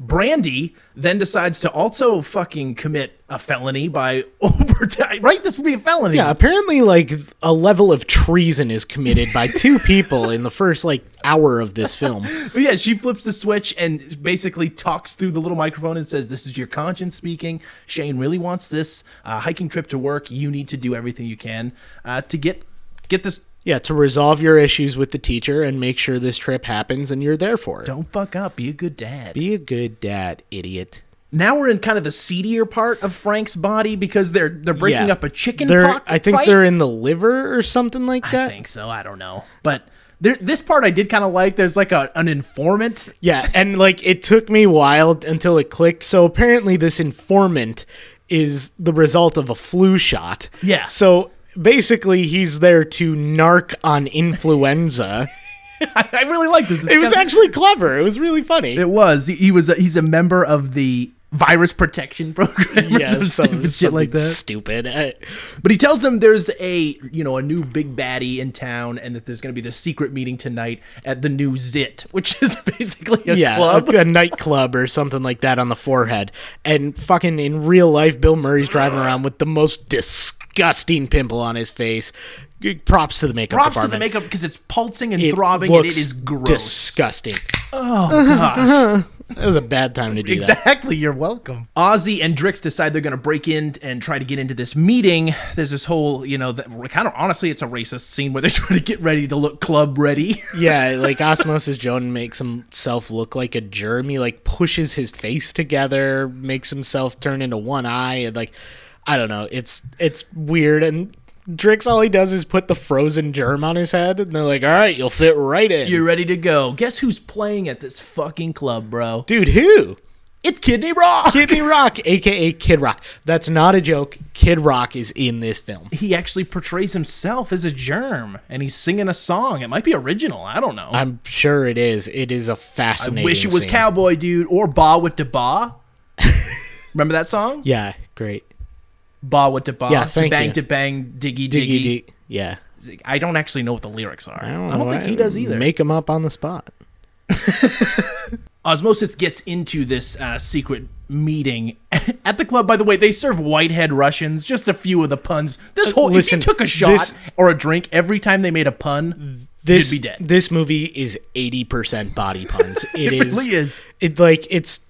S4: Brandy then decides to also fucking commit a felony by overtime. Right? This would be a felony.
S3: Yeah, apparently, like a level of treason is committed by two people in the first like hour of this film.
S4: But yeah, she flips the switch and basically talks through the little microphone and says, "This is your conscience speaking. Shane really wants this uh, hiking trip to work. You need to do everything you can uh, to get get this.
S3: Yeah, to resolve your issues with the teacher and make sure this trip happens, and you're there for it.
S4: Don't fuck up. Be a good dad."
S3: Be a good dad, idiot.
S4: now we're in kind of the seedier part of Frank's body because they're they're breaking
S3: Yeah.
S4: up a chicken.
S3: They're-
S4: pox
S3: I think
S4: fight?
S3: they're in the liver or something like
S4: I
S3: that.
S4: think so. I don't know, but. There, this part I did kind of like. There's like a, an informant
S3: Yeah, and like it took me a while until it clicked. So apparently, this informant is the result of a flu shot.
S4: Yeah.
S3: So basically, he's there to narc on influenza.
S4: I, I really like this. It's
S3: it was
S4: kinda-
S3: actually clever. It was really funny.
S4: It was. He, he was. A, he's a member of the virus protection program. or
S3: yeah,
S4: some
S3: some,
S4: stupid shit like that.
S3: Stupid. Uh, I-
S4: But he tells them there's a you know a new big baddie in town, and that there's going to be this secret meeting tonight at the new Zit, which is basically a
S3: yeah,
S4: club.
S3: A, a nightclub or something like that on the forehead. And fucking in real life, Bill Murray's driving around with the most disgusting pimple on his face. G- Props to the makeup
S4: Props to
S3: department.
S4: the makeup because it's pulsing and
S3: It
S4: throbbing, and
S3: looks
S4: it is gross.
S3: Disgusting. That was a bad time to do that.
S4: Exactly. You're welcome. Ozzy and Drix decide they're going to break in and try to get into this meeting. There's this whole, you know, that kind of honestly, it's a racist scene where they're trying to get ready to look club ready.
S3: Yeah, like Osmosis Joan makes himself look like a germ. He like pushes his face together, makes himself turn into one eye, and like I don't know. It's it's weird and Drix all he does is put the frozen germ on his head and they're like, Alright, you'll fit right in.
S4: You're ready to go. Guess who's playing at this fucking club, bro?
S3: Dude, who?
S4: It's Kidney Rock.
S3: Kidney Rock, aka Kid Rock. That's not a joke. Kid Rock is in this film.
S4: He actually portrays himself as a germ and he's singing a song. It might be original. I don't know.
S3: I'm sure it is. It is a fascinating.
S4: Wish it was
S3: scene.
S4: Cowboy Dude or Ba with the Ba. Remember that song?
S3: Yeah, great.
S4: Ba with the Ba.
S3: Yeah,
S4: to
S3: thank
S4: bang
S3: you.
S4: to bang diggy
S3: Diggy
S4: diggy.
S3: dig. Yeah.
S4: I don't actually know what the lyrics are. I don't,
S3: know
S4: think
S3: why-
S4: he does either.
S3: Make him up on the spot.
S4: Osmosis gets into this uh, secret meeting at the club. By the way, they serve whitehead Russians. Just a few of the puns. This whole
S3: Uh, listen,
S4: if you took a shot
S3: this-
S4: or a drink every time they made a pun,
S3: this
S4: you'd be dead.
S3: this movie is 80% body puns it,
S4: It
S3: is,
S4: really is.
S3: it like it's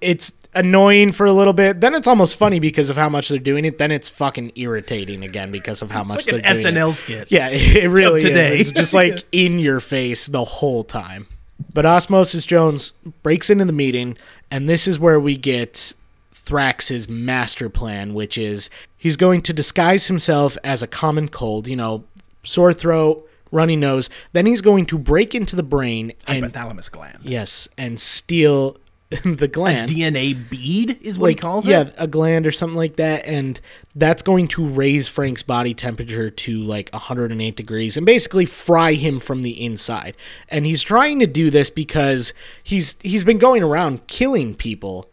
S3: it's annoying for a little bit then it's almost funny because of how much they're doing it then it's fucking irritating again because of how much
S4: like an
S3: they're doing
S4: SNL
S3: it.
S4: skit.
S3: yeah it really
S4: today.
S3: is it's just like in your face the whole time but osmosis jones breaks into the meeting and this is where we get Thrax's master plan, which is he's going to disguise himself as a common cold, you know, sore throat, runny nose. Then he's going to break into the brain and
S4: hypothalamus gland.
S3: yes, and steal the gland.
S4: DNA bead is what
S3: like,
S4: he calls
S3: yeah,
S4: it.
S3: a gland or something like that, and that's going to raise Frank's body temperature to like 108 degrees and basically fry him from the inside. And he's trying to do this because he's he's been going around killing people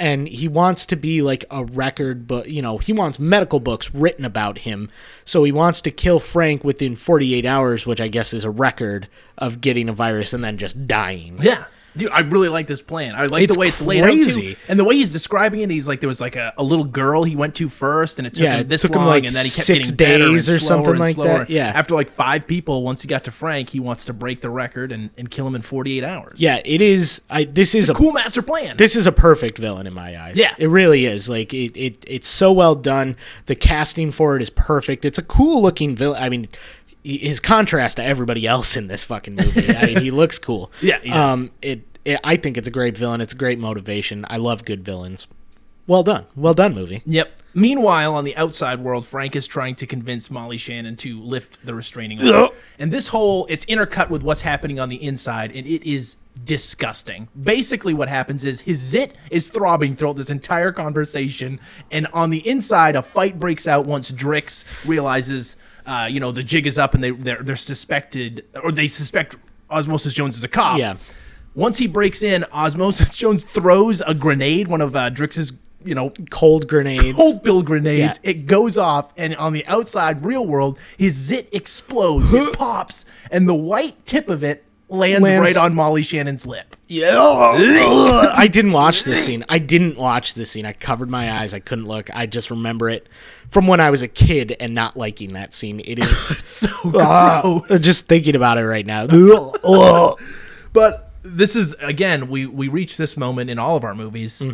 S3: and he wants to be like a record but you know he wants medical books written about him so he wants to kill frank within 48 hours which i guess is a record of getting a virus and then just dying
S4: Yeah. Dude, I really like this plan. I like
S3: It's
S4: the way it's laid out too.
S3: crazy.
S4: and the way he's describing it. He's like there was like a, a little girl he went to first, and it took
S3: Yeah,
S4: him
S3: it
S4: this
S3: took him,
S4: long,
S3: like,
S4: and then he kept
S3: six
S4: getting better and
S3: days or
S4: slower
S3: something
S4: and
S3: like that.
S4: slower.
S3: Yeah.
S4: after like five people, once he got to Frank, he wants to break the record and, and kill him in forty eight hours.
S3: yeah it is i this is a
S4: cool master plan.
S3: this is a perfect villain in my eyes.
S4: Yeah.
S3: it really is. Like it, it it's so well done. The casting for it is perfect. It's a cool looking villain. I mean, i- his contrast to everybody else in this fucking movie. I mean, he looks cool.
S4: Yeah, he does.
S3: um, it, it. I think it's a great villain. It's a great motivation. I love good villains. Well done. Well done, movie.
S4: Yep. Meanwhile, on the outside world, Frank is trying to convince Molly Shannon to lift the restraining order. And this whole it's intercut with what's happening on the inside, and it is disgusting. Basically, what happens is his zit is throbbing throughout this entire conversation, and on the inside, a fight breaks out once Drix realizes, uh, you know, the jig is up, and they they're, they're suspected, or they suspect Osmosis Jones is a cop.
S3: Yeah.
S4: Once he breaks in, Osmosis Jones throws a grenade, one of uh, Drix's, you know,
S3: Cold grenades.
S4: Cold bill grenades.
S3: Yeah.
S4: It goes off, and on the outside, real world, his zit explodes. it pops, and the white tip of it lands,
S3: Lands-
S4: right on Molly Shannon's lip.
S3: Uh, I didn't watch this scene. I didn't watch this scene. I covered my eyes. I couldn't look. I just remember it from when I was a kid and not liking that scene. It is
S4: So
S3: Oh,
S4: gross.
S3: just thinking about it right now.
S4: But this is again, we we reach this moment in all of our movies. It's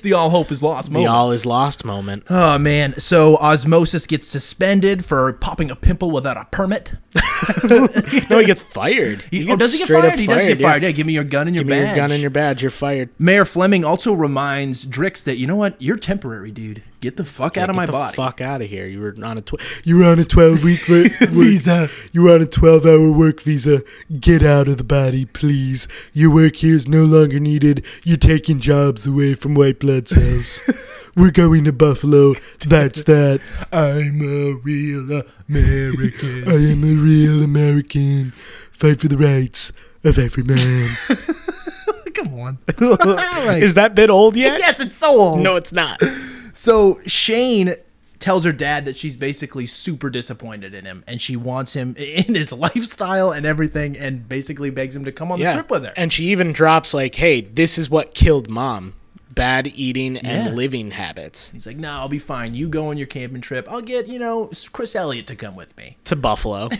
S4: Mm-hmm. the all hope is lost
S3: the
S4: moment.
S3: all is lost moment.
S4: oh man! So Osmosis gets suspended for popping a pimple without a permit.
S3: No, he gets fired.
S4: He,
S3: gets
S4: oh, does he get
S3: straight
S4: fired?
S3: up
S4: He does get
S3: yeah.
S4: fired. Yeah, give me your gun and your
S3: Give me
S4: badge.
S3: your gun and your badge. You're fired.
S4: Mayor Fleming also reminds Drix that you know what, you're temporary, dude. Get the fuck out of
S3: Get
S4: my
S3: the
S4: body.
S3: fuck out of here. You were on a twi-
S5: You're on a 12 week visa. You're on a 12 hour work visa. Get out of the body, please. Your work here is no longer needed. You're taking jobs away from white blood cells. We're going to Buffalo. That's that. I'm a real American. I am a real American. Fight for the rights of every man.
S4: Come on.
S3: Is that bit old yet?
S4: yes, it's so old.
S3: No, it's not.
S4: So Shane tells her dad that she's basically super disappointed in him and she wants him in his lifestyle and everything and basically begs him to come on
S3: Yeah.
S4: the trip with her.
S3: And she even drops like, "Hey, this is what killed mom: bad eating and
S4: Yeah.
S3: living habits."
S4: He's like, "No, I'll be fine. You go on your camping trip. I'll get, you know, Chris Elliott to come with me."
S3: To Buffalo.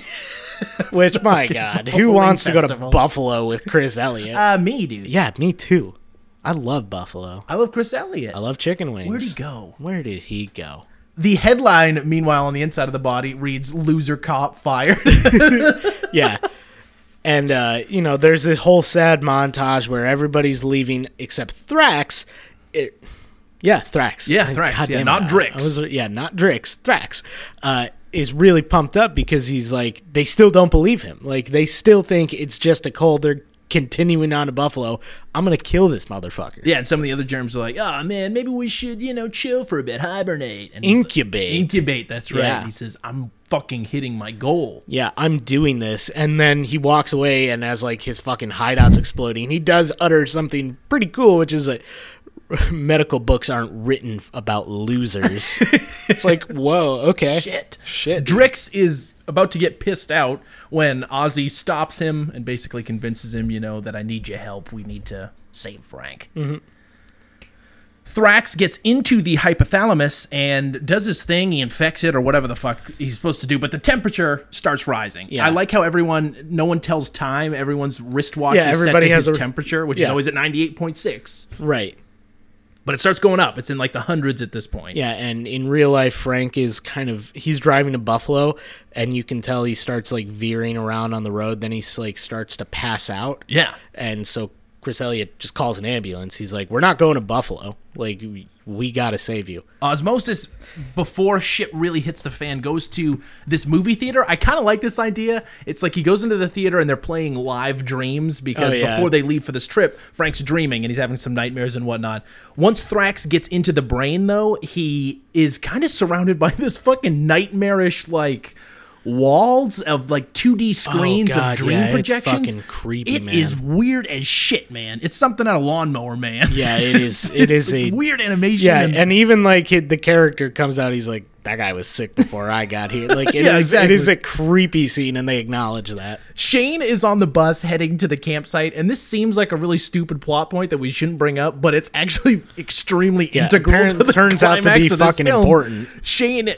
S3: Which, my God, who
S4: Bowling
S3: wants to go to
S4: festival.
S3: Buffalo with Chris Elliott?
S4: Uh, me, dude.
S3: yeah, me too. I love Buffalo.
S4: I love Chris Elliott.
S3: I love chicken wings.
S4: Where'd he go?
S3: Where did he go?
S4: the headline, meanwhile, on the inside of the body reads "Loser Cop Fired."
S3: yeah. And uh, you know, there's a whole sad montage where everybody's leaving except Thrax. It, yeah, Thrax.
S4: Yeah, Thrax,
S3: God
S4: yeah,
S3: damn
S4: not
S3: I- I
S4: Drix.
S3: was- yeah, not Drix. Thrax uh, is really pumped up because he's like, they still don't believe him. Like they still think it's just a cold. They're continuing on to Buffalo. I'm gonna kill this motherfucker.
S4: yeah, and some of the other germs are like, "Oh man, maybe we should, you know, chill for a bit, hibernate, and he's like-
S3: Incubate.
S4: incubate." That's right.
S3: Yeah.
S4: He says, "I'm fucking hitting my goal."
S3: yeah, I'm doing this. And then he walks away, and as like his fucking hideout's exploding, he does utter something pretty cool, which is that medical books aren't written about losers. it's like, whoa, okay.
S4: Shit.
S3: Shit.
S4: Drix is about to get pissed out when Ozzy stops him and basically convinces him, you know, that I need your help. We need to save Frank.
S3: Mm-hmm.
S4: Thrax gets into the hypothalamus and does his thing. He infects it or whatever the fuck he's supposed to do, but the temperature starts rising.
S3: Yeah.
S4: I like how everyone, no one tells time. Everyone's wristwatch
S3: Yeah,
S4: is
S3: everybody
S4: set to
S3: has
S4: his
S3: a-
S4: temperature, which is
S3: yeah.
S4: always at 98.6.
S3: Right.
S4: But it starts going up. It's in like the hundreds at this point.
S3: Yeah, and in real life, Frank is kind of he's driving to Buffalo, and you can tell he starts like veering around on the road. Then he's like starts to pass out.
S4: Yeah.
S3: and so Chris Elliott just calls an ambulance. He's like, "We're not going to Buffalo. Like, we, we got to save you."
S4: Osmosis, before shit really hits the fan, goes to this movie theater. I kind of like this idea. It's like he goes into the theater and they're playing live dreams because
S3: Oh, yeah.
S4: before they leave for this trip, Frank's dreaming and he's having some nightmares and whatnot. Once Thrax gets into the brain, though, he is kind of surrounded by this fucking nightmarish, like. Walls of like 2D screens
S3: Oh, God,
S4: of dream
S3: yeah, it's
S4: projections.
S3: fucking creepy,
S4: It
S3: man.
S4: is weird as shit, man. It's something out of Lawnmower Man.
S3: Yeah, it is. It is a
S4: weird animation.
S3: Yeah,
S4: and-
S3: and even like it, the character comes out, he's like, "That guy was sick before I got here." Like, it is
S4: Yeah,
S3: It is
S4: exactly.
S3: a creepy scene, and they acknowledge that.
S4: Shane is on the bus heading to the campsite, and this seems like a really stupid plot point that we shouldn't bring up, but it's actually extremely
S3: Yeah,
S4: integral. To
S3: apparently
S4: the
S3: turns out to
S4: climax
S3: be
S4: of this
S3: fucking
S4: film.
S3: important.
S4: Shane eh,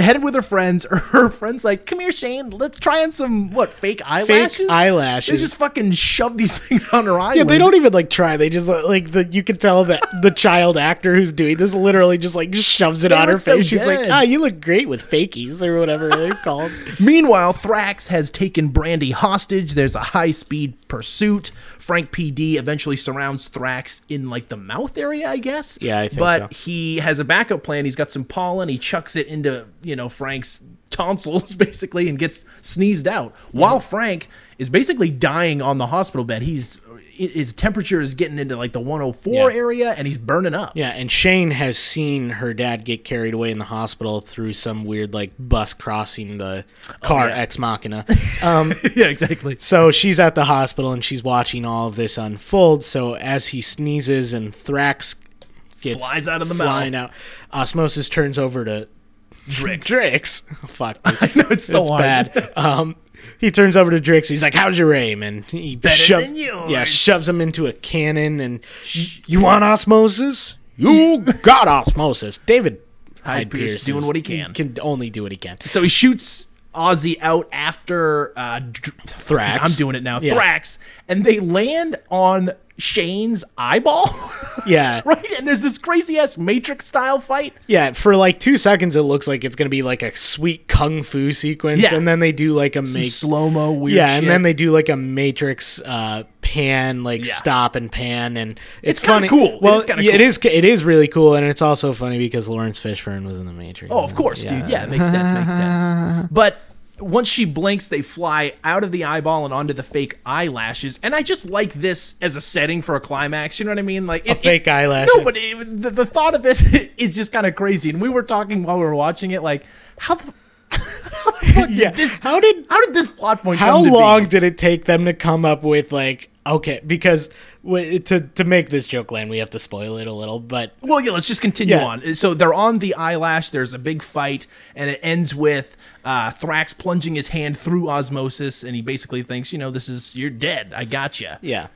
S4: headed with her friends. Her friends like, "Come here, Shane. Let's try on some what fake eyelashes." They
S3: eyelashes.
S4: just fucking shove these things on her eyelid.
S3: Yeah, they don't even like try. They just like the you can tell that the child actor who's doing this literally just like just shoves it
S4: They
S3: on her
S4: look so
S3: face. She's like,
S4: good.
S3: "Ah, you look great with fakies or whatever they're called."
S4: Meanwhile, Thrax has taken Brandy hostage. There's a high speed pursuit. Frank PD eventually surrounds Thrax in like the mouth area, I guess.
S3: Yeah, I think
S4: but
S3: so.
S4: he has a backup plan. He's got some pollen. He chucks it into you know Frank's tonsils basically and gets sneezed out. While Frank is basically dying on the hospital bed, he's his temperature is getting into like the 104
S3: Yeah.
S4: area and he's burning up.
S3: Yeah, and Shane has seen her dad get carried away in the hospital through some weird like bus crossing the car
S4: yeah.
S3: ex machina.
S4: yeah exactly.
S3: So she's at the hospital and she's watching all of this unfold. So as he sneezes and Thrax gets
S4: Flies out of the
S3: flying out, osmosis turns over to
S4: Drix.
S3: Drix. Fuck, I
S4: know, it's so hard.
S3: bad. Um, he turns over to Drix. He's like, "How's your aim?" And he
S4: Better
S3: shove-
S4: than yours.
S3: yeah shoves him into a cannon. And you want osmosis? You got osmosis, David. Hyde
S4: Pierce
S3: Pierce
S4: doing
S3: is-
S4: what he can.
S3: Can only do what he can.
S4: So he shoots Ozzy out after uh, Dr-
S3: Thrax.
S4: I'm doing it now.
S3: Yeah.
S4: Thrax, and they land on Shane's eyeball.
S3: Yeah.
S4: right. And there's this crazy ass Matrix style fight.
S3: Yeah, for like two seconds, it looks like it's gonna be like a sweet kung fu sequence,
S4: Yeah.
S3: and then they do like a make
S4: Slow mo weird.
S3: yeah,
S4: shit.
S3: and then they do like a Matrix uh, pan, like
S4: Yeah.
S3: stop and pan, and it's,
S4: It's kinda
S3: funny.
S4: cool. It
S3: Well,
S4: is kinda
S3: yeah, it
S4: cool.
S3: is it is really cool, and it's also funny because Lawrence Fishburne was in the Matrix.
S4: Oh, of course, dude. Yeah, it makes sense. Makes sense. But once she blinks, they fly out of the eyeball and onto the fake eyelashes. And I just like this as a setting for a climax. You know what I mean? Like a
S3: fake eyelash.
S4: No, but it, the, the thought of it is just kind of crazy. And we were talking while we were watching it, like how the, how the fuck
S3: Yeah.
S4: did this
S3: How did-
S4: how did this plot point?
S3: How
S4: come to be?
S3: long did it take them to come up with like okay? Because w- to to make this joke land, we have to spoil it a little, but
S4: Well, yeah, let's just continue
S3: Yeah.
S4: on. So they're on the eyelash. There's a big fight, and it ends with uh, Thrax plunging his hand through osmosis, and he basically thinks, you know, this is you're dead. I gotcha.
S3: yeah.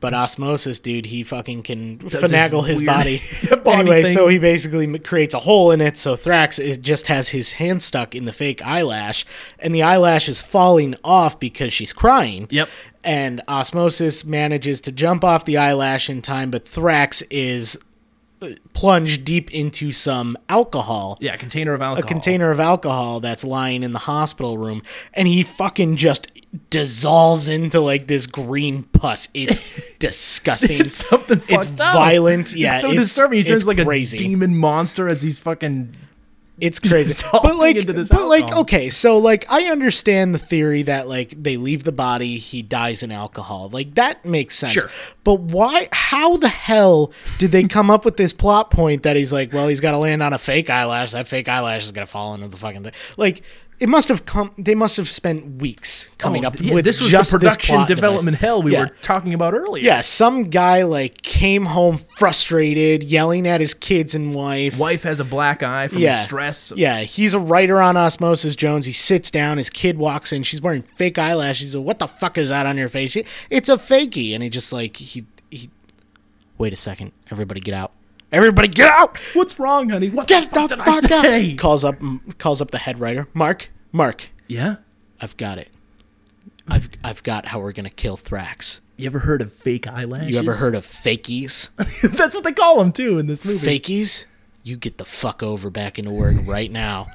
S3: But osmosis, dude, he fucking can
S4: his
S3: finagle his,
S4: weird
S3: body.
S4: body
S3: anyway,
S4: thing.
S3: so he basically m- creates a hole in it. So Thrax it just has his hand stuck in the fake eyelash, and the eyelash is falling off because she's crying.
S4: Yep.
S3: And osmosis manages to jump off the eyelash in time, but Thrax is uh, plunged deep into some alcohol
S4: Yeah, container of alcohol.
S3: a container of alcohol that's lying in the hospital room and he fucking just dissolves into like this green pus. It's disgusting.
S4: It's something
S3: It's
S4: fucked up.
S3: violent. Yeah,
S4: it's so
S3: it's-
S4: disturbing. He turns
S3: it's
S4: like
S3: crazy.
S4: a demon monster as he's fucking.
S3: It's crazy.
S4: dissolving
S3: but like
S4: into this
S3: but like
S4: alcohol.
S3: okay, so like I understand the theory that like they leave the body, he dies in alcohol. Like that makes sense.
S4: Sure.
S3: But why how the hell did they come up with this plot point that he's like, well, he's got to land on a fake eyelash. That fake eyelash is going to fall into the fucking thing. Like it must have come. They must have spent weeks coming
S4: Oh,
S3: up
S4: yeah,
S3: with
S4: this was
S3: just
S4: the
S3: this
S4: production
S3: plot
S4: development
S3: device.
S4: hell we
S3: Yeah.
S4: were talking about earlier.
S3: Yeah, some guy like came home frustrated, yelling at his kids and wife.
S4: wife has a black eye from stress.
S3: Yeah, he's a writer on Osmosis Jones. He sits down. His kid walks in. She's wearing fake eyelashes. He's like, "What the fuck is that on your face?" She, it's a fakie. And he just like he he. Wait a second, everybody, get out! Everybody, get out!
S4: What's wrong, honey? What
S3: Get
S4: the fuck
S3: the
S4: did
S3: fuck
S4: I say?
S3: out! Calls up calls up the head writer, Mark. Mark,
S4: Yeah.
S3: I've got it. I've I've got how we're gonna kill Thrax.
S4: You ever heard of fake eyelashes?
S3: You ever heard of fakies?
S4: That's what they call them too in this movie.
S3: fakies? You get the fuck over back into work right now.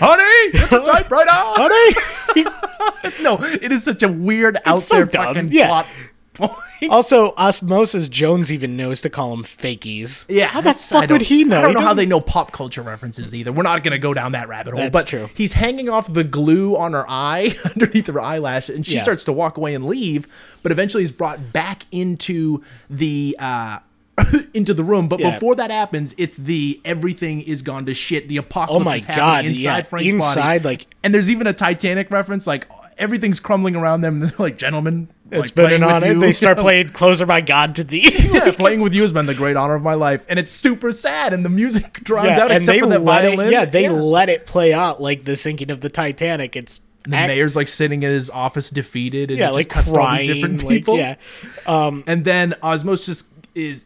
S4: honey, get the typewriter.
S3: Honey!
S4: no, it is such a weird out
S3: so
S4: there
S3: dumb.
S4: fucking
S3: Yeah.
S4: plot point.
S3: Also, Osmosis Jones even knows to call them fakies. how the
S4: that's- I
S3: fuck would
S4: don't-
S3: he know?
S4: I don't
S3: He
S4: know how
S3: doesn't-
S4: they know pop culture references either. We're not going to go down that rabbit hole.
S3: That's
S4: but
S3: true.
S4: he's hanging off the glue on her eye underneath her eyelash, and she
S3: Yeah.
S4: starts to walk away and leave. But eventually, he's brought back into the. Uh, into the room, but
S3: Yeah.
S4: before that happens, it's the everything is gone to shit. The apocalypse.
S3: Oh my
S4: is
S3: God,
S4: happening inside
S3: yeah.
S4: Frank's
S3: Inside,
S4: body.
S3: like-
S4: and there's even a Titanic reference. Like everything's crumbling around them. And they're like, gentlemen,
S3: It's
S4: it's
S3: been an honor. They start playing "Closer by God" to thee.
S4: yeah, playing with you has been the great honor of my life, and it's super sad, and the music drowns out
S3: and
S4: except
S3: they
S4: for that
S3: let
S4: violin.
S3: it, yeah, they let it play out like the sinking of the Titanic. It's
S4: the
S3: act-
S4: mayor's like sitting in his office defeated, and
S3: yeah,
S4: it
S3: like
S4: just cuts to all these
S3: crying,
S4: different
S3: like,
S4: people.
S3: yeah,
S4: And then Osmosis is,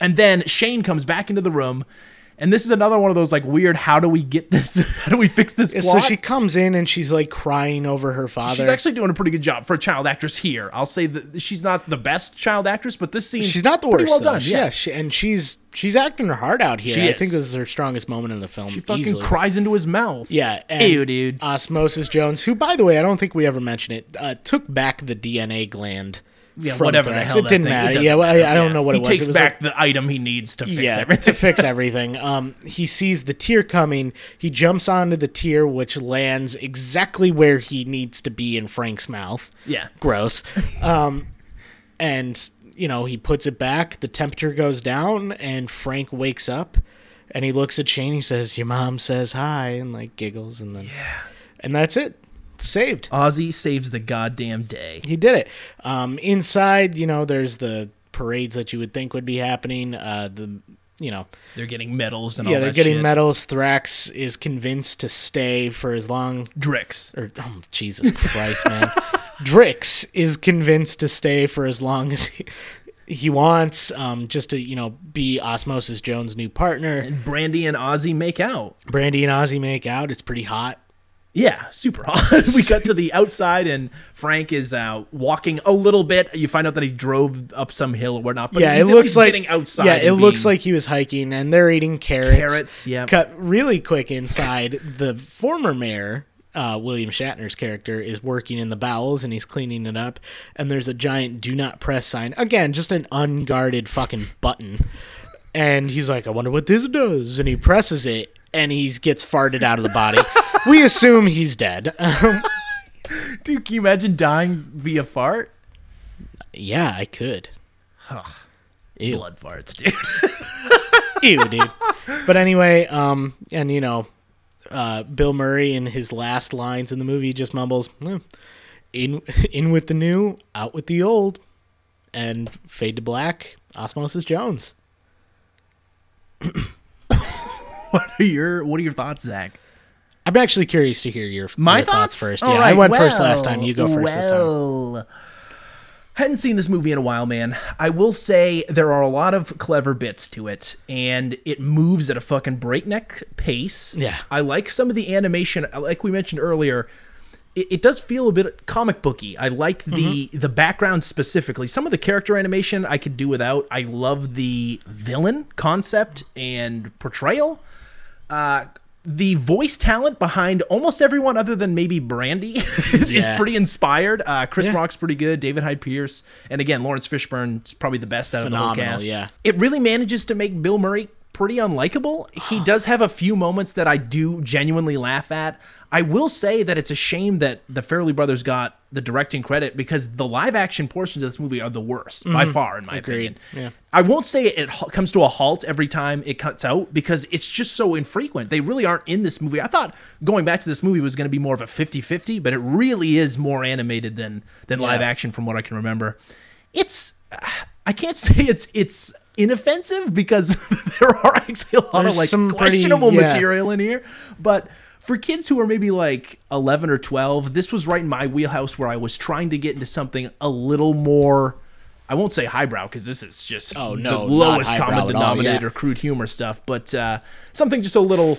S4: and then Shane comes back into the room, and this is another one of those like weird. How do we get this? How do we fix this plot?
S3: So she comes in and she's like crying over her father.
S4: She's actually doing a pretty good job for a child actress here. I'll say that she's not the best child actress, but this scene
S3: she's not the
S4: pretty
S3: worst.
S4: Well
S3: though.
S4: done,
S3: yeah. she, and she's she's acting her heart out here.
S4: She
S3: I
S4: is.
S3: think this is her strongest moment in the film.
S4: She fucking
S3: easily.
S4: cries into his mouth.
S3: Yeah, and
S4: Ew, dude.
S3: Osmosis Jones, who, by the way, I don't think we ever mentioned it, uh, took back the DNA gland.
S4: yeah, whatever the
S3: Thrax.
S4: hell
S3: It
S4: that
S3: didn't
S4: thing-
S3: matter.
S4: doesn't
S3: yeah, well,
S4: matter.
S3: I, I don't
S4: Yeah.
S3: know what
S4: he
S3: it was.
S4: takes
S3: it was like-
S4: back the item he needs to fix
S3: yeah,
S4: everything.
S3: to fix everything. Um, he sees the tear coming. He jumps onto the tear, which lands exactly where he needs to be in Frank's mouth.
S4: Yeah.
S3: gross. Um, and you know he puts it back. The temperature goes down, and Frank wakes up, and he looks at Shane. He says, "Your mom says hi," and like giggles, and then yeah, and that's it. Saved.
S4: Ozzy saves the goddamn day.
S3: He did it. Um, inside, you know, there's the parades that you would think would be happening. Uh, the you know
S4: They're getting medals and
S3: yeah,
S4: all
S3: they're
S4: that
S3: getting
S4: shit.
S3: medals. Thrax is convinced to stay for as long.
S4: Drix.
S3: Or oh, Jesus Christ, man! Drix is convinced to stay for as long as he, he wants, um, just to you know be Osmosis Jones' new partner.
S4: Brandy and Ozzy make out.
S3: Brandy and Ozzy make out. It's pretty hot.
S4: Yeah, super hot. we cut to the outside, and Frank is uh, walking a little bit. You find out that he drove up some hill or whatnot. But
S3: yeah, it
S4: he's at
S3: looks
S4: least
S3: like
S4: getting outside.
S3: Yeah,
S4: and
S3: it looks
S4: being-
S3: like he was hiking, and they're eating carrots.
S4: Carrots, yeah.
S3: Cut really quick inside. the former mayor, uh, William Shatner's character, is working in the bowels and he's cleaning it up. And there's a giant "Do Not Press" sign. Again, just an unguarded fucking button. And he's like, "I wonder what this does," and he presses it, and he gets farted out of the body. we assume he's dead.
S4: dude, can you imagine dying via fart?
S3: yeah, I could. Ew.
S4: Blood farts, dude.
S3: Ew, dude. But anyway, um, and you know, uh, Bill Murray in his last lines in the movie just mumbles, "Eh, "In, in with the new, out with the old," and fade to black. Osmosis Jones.
S4: what are your What are your thoughts, Zach?
S3: I'm actually curious to hear your
S4: My
S3: your
S4: thoughts?
S3: first.
S4: All
S3: Yeah, I
S4: right,
S3: went first last
S4: well,
S3: time. You go first this time.
S4: well. Hadn't seen this movie in a while, man. I will say there are a lot of clever bits to it, and it moves at a fucking breakneck pace.
S3: Yeah.
S4: I like some of the animation, like we mentioned earlier. It, it does feel a bit comic booky. I like the
S3: Mm-hmm.
S4: the background specifically. Some of the character animation I could do without. I love the villain concept and portrayal. Uh, the voice talent behind almost everyone other than maybe Brandy is, is
S3: Yeah.
S4: pretty inspired. Uh, Chris Rock's pretty good. David Hyde Pierce, and again Lawrence Fishburne is probably the best out of the whole
S3: Phenomenal,
S4: cast.
S3: yeah.
S4: it really manages to make Bill Murray pretty unlikable. He does have a few moments that I do genuinely laugh at. I will say that it's a shame that the Fairley brothers got the directing credit because the live action portions of this movie are the worst by far, in my
S3: Mm-hmm. Agreed,
S4: opinion.
S3: yeah.
S4: I won't say it h- comes to a halt every time it cuts out because it's just so infrequent. They really aren't in this movie. I thought going back to this movie was going to be more of a 50-50, but it really is more animated than than live action from what I can remember. It's I can't say it's it's inoffensive because there are actually a lot of
S3: There's
S4: like
S3: some pretty-
S4: questionable
S3: yeah.
S4: material in here, but for kids who are maybe like 11 or 12, this was right in my wheelhouse where I was trying to get into something a little more I won't say highbrow because this is just
S3: Oh, no,
S4: the
S3: not
S4: lowest
S3: highbrow
S4: common
S3: at all, yeah.
S4: denominator, crude humor stuff, but uh, something just a little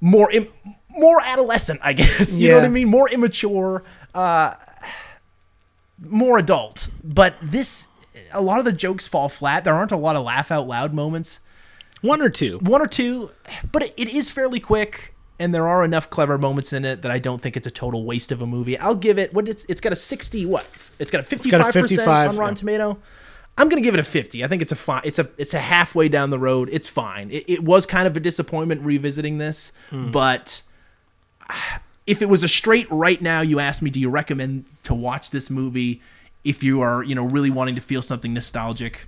S4: more im- more adolescent, I guess. You know what I
S3: Yeah.
S4: mean? More immature, uh, more adult. But this, a lot of the jokes fall flat. There aren't a lot of laugh out loud moments.
S3: One or two.
S4: One or two, but it, it is fairly quick. And there are enough clever moments in it that I don't think it's a total waste of a movie. I'll give it what it's it's got a sixty what it's got a fifty
S3: got a
S4: five percent
S3: 55,
S4: on Rotten
S3: yeah.
S4: Tomato. I'm gonna give it a fifty. I think it's a fine. It's a it's a halfway down the road. It's fine. It, it was kind of a disappointment revisiting this,
S3: Hmm.
S4: but if it was a straight right now you ask me do you recommend to watch this movie if you are you know really wanting to feel something nostalgic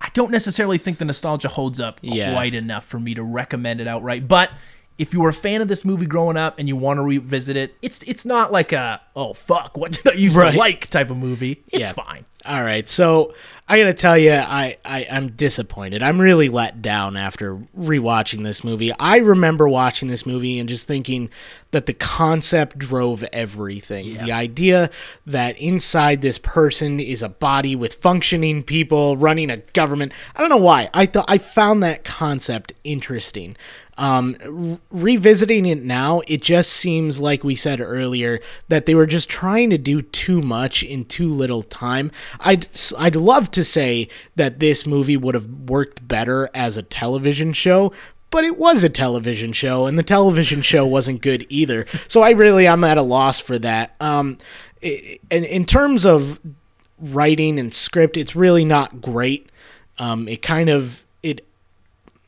S4: i don't necessarily think the nostalgia holds up
S3: Yeah.
S4: quite enough for me to recommend it outright but if you were a fan of this movie growing up and you want to revisit it it's it's not like a oh fuck what did i used
S3: Right.
S4: to like type of movie it's
S3: Yeah.
S4: fine
S3: All right, so I gotta tell you, I, I I'm disappointed. I'm really let down after rewatching this movie. I remember watching this movie and just thinking that the concept drove everything. The idea that inside this person is a body with functioning people running a government. I don't know why. I thought I found that concept interesting. Um, re- revisiting it now, it just seems like we said earlier that they were just trying to do too much in too little time. I'd I'd love to say that this movie would have worked better as a television show. But it was a television show, and the television show wasn't good either. So I really am at a loss for that. Um, i- in, in terms of writing and script, it's really not great. Um, it kind of it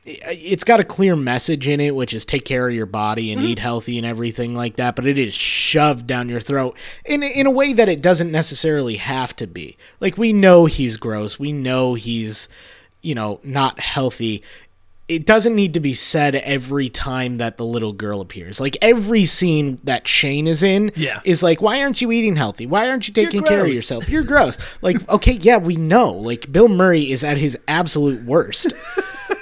S3: it's got a clear message in it, which is take care of your body
S4: Mm-hmm.
S3: and eat healthy and everything like that. But it is shoved down your throat in in a way that it doesn't necessarily have to be. Like we know he's gross, we know he's you know not healthy. It doesn't need to be said every time that the little girl appears. Like every scene that Shane is in
S4: Yeah.
S3: is like, why aren't you eating healthy? Why aren't you taking care of
S4: gross.
S3: yourself? You're gross. Like, okay, yeah, we know. Like Bill Murray is at his absolute worst.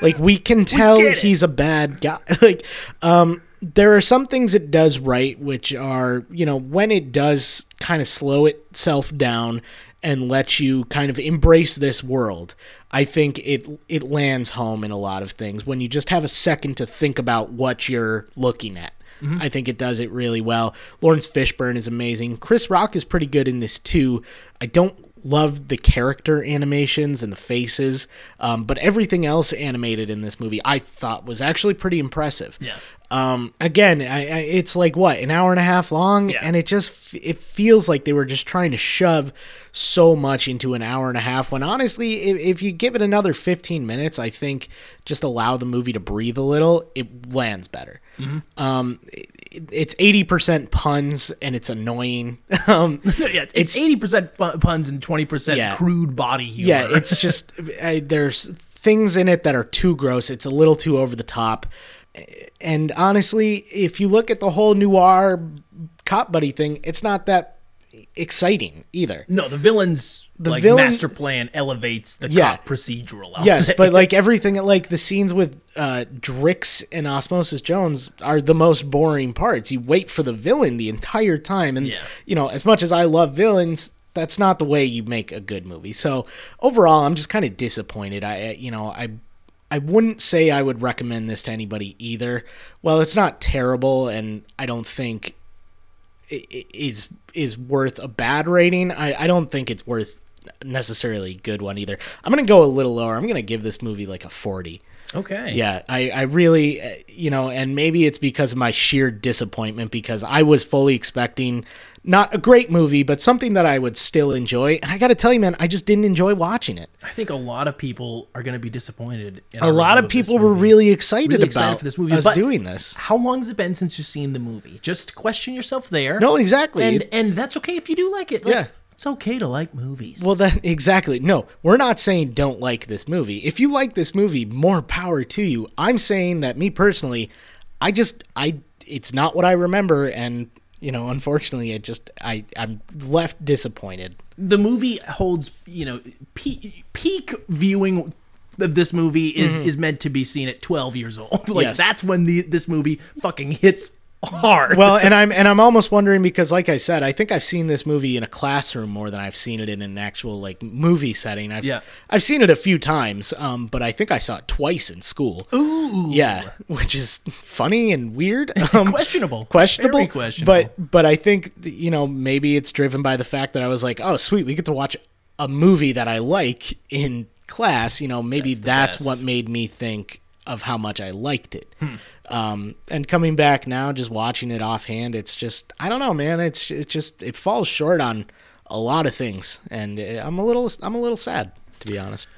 S3: Like we can tell
S4: get it.
S3: he's a bad guy. Like um there are some things it does right which are, you know, when it does kind of slow itself down and let you kind of embrace this world. I think it it lands home in a lot of things when you just have a second to think about what you're looking at. Mm-hmm. I think it does it really well. Lawrence Fishburne is amazing. Chris Rock is pretty good in this too. I don't love the character animations and the faces, um, but everything else animated in this movie I thought was actually pretty impressive.
S4: Yeah.
S3: Um, again, I, I, it's like what an hour and a half long,
S4: Yeah.
S3: and it just f- it feels like they were just trying to shove so much into an hour and a half. When honestly, if, if you give it another fifteen minutes, I think just allow the movie to breathe a little, it lands better. Um, it, it- it's eighty percent puns and it's annoying. Um,
S4: yeah, it's, it's 80% fu- puns and 20%
S3: Yeah.
S4: crude body humor
S3: yeah, it's just I, there's things in it that are too gross. It's a little too over the top. And honestly, if you look at the whole noir cop buddy thing, it's not that exciting either.
S4: no the villain's like
S3: villain-
S4: master plan elevates the
S3: Yeah.
S4: cop procedural I'll
S3: Yes,
S4: say.
S3: but like everything, like the scenes with uh, Drix and Osmosis Jones are the most boring parts. You wait for the villain the entire time, and
S4: Yeah.
S3: you know, as much as I love villains, that's not the way you make a good movie. So overall, I'm just kind of disappointed. I, I- you know, I, I wouldn't say I would recommend this to anybody either. Well, it's not terrible, and I don't think i- i- is is worth a bad rating. I, I don't think it's worth necessarily a good one either. I'm gonna go a little lower. I'm gonna give this movie like a 40.
S4: Okay.
S3: Yeah, I, I really, uh, you know, and maybe it's because of my sheer disappointment because I was fully expecting not a great movie, but something that I would still enjoy. And I got to tell you, man, I just didn't enjoy watching it.
S4: I think a lot of people are going to be disappointed. In
S3: A
S4: our
S3: lot
S4: review
S3: of
S4: this
S3: people were
S4: movie.
S3: really excited
S4: Really
S3: about
S4: excited for this movie,
S3: us
S4: but-
S3: doing this.
S4: How long's it been since you've seen the movie? Just question yourself there.
S3: No, exactly.
S4: And and that's okay if you do like it. Like,
S3: Yeah.
S4: It's okay to like movies.
S3: Well, that exactly. No, we're not saying don't like this movie. If you like this movie, more power to you. I'm saying that me personally, I just I it's not what I remember, and you know, unfortunately, it just I I'm left disappointed.
S4: the movie holds you know peak, peak viewing of this movie is is meant to be seen at 12 years old like
S3: Mm-hmm. Yes.
S4: that's when the this movie fucking hits hard
S3: Well, and I'm and I'm almost wondering because, like I said, I think I've seen this movie in a classroom more than I've seen it in an actual like movie setting. I've
S4: Yeah.
S3: I've seen it a few times, um, but I think I saw it twice in school. Ooh, yeah, which is funny and weird. Um,
S4: questionable
S3: questionable,
S4: Very questionable
S3: But but I think th- you know maybe it's driven by the fact that I was like, oh sweet, we get to watch a movie that I like in class. You know, maybe that's,
S4: best.
S3: what made me think of how much I liked it. Um, and coming back now, just watching it offhand, it's just I don't know, man. It's it just it falls short on a lot of things, and uh, I'm a little I'm a little sad to be honest.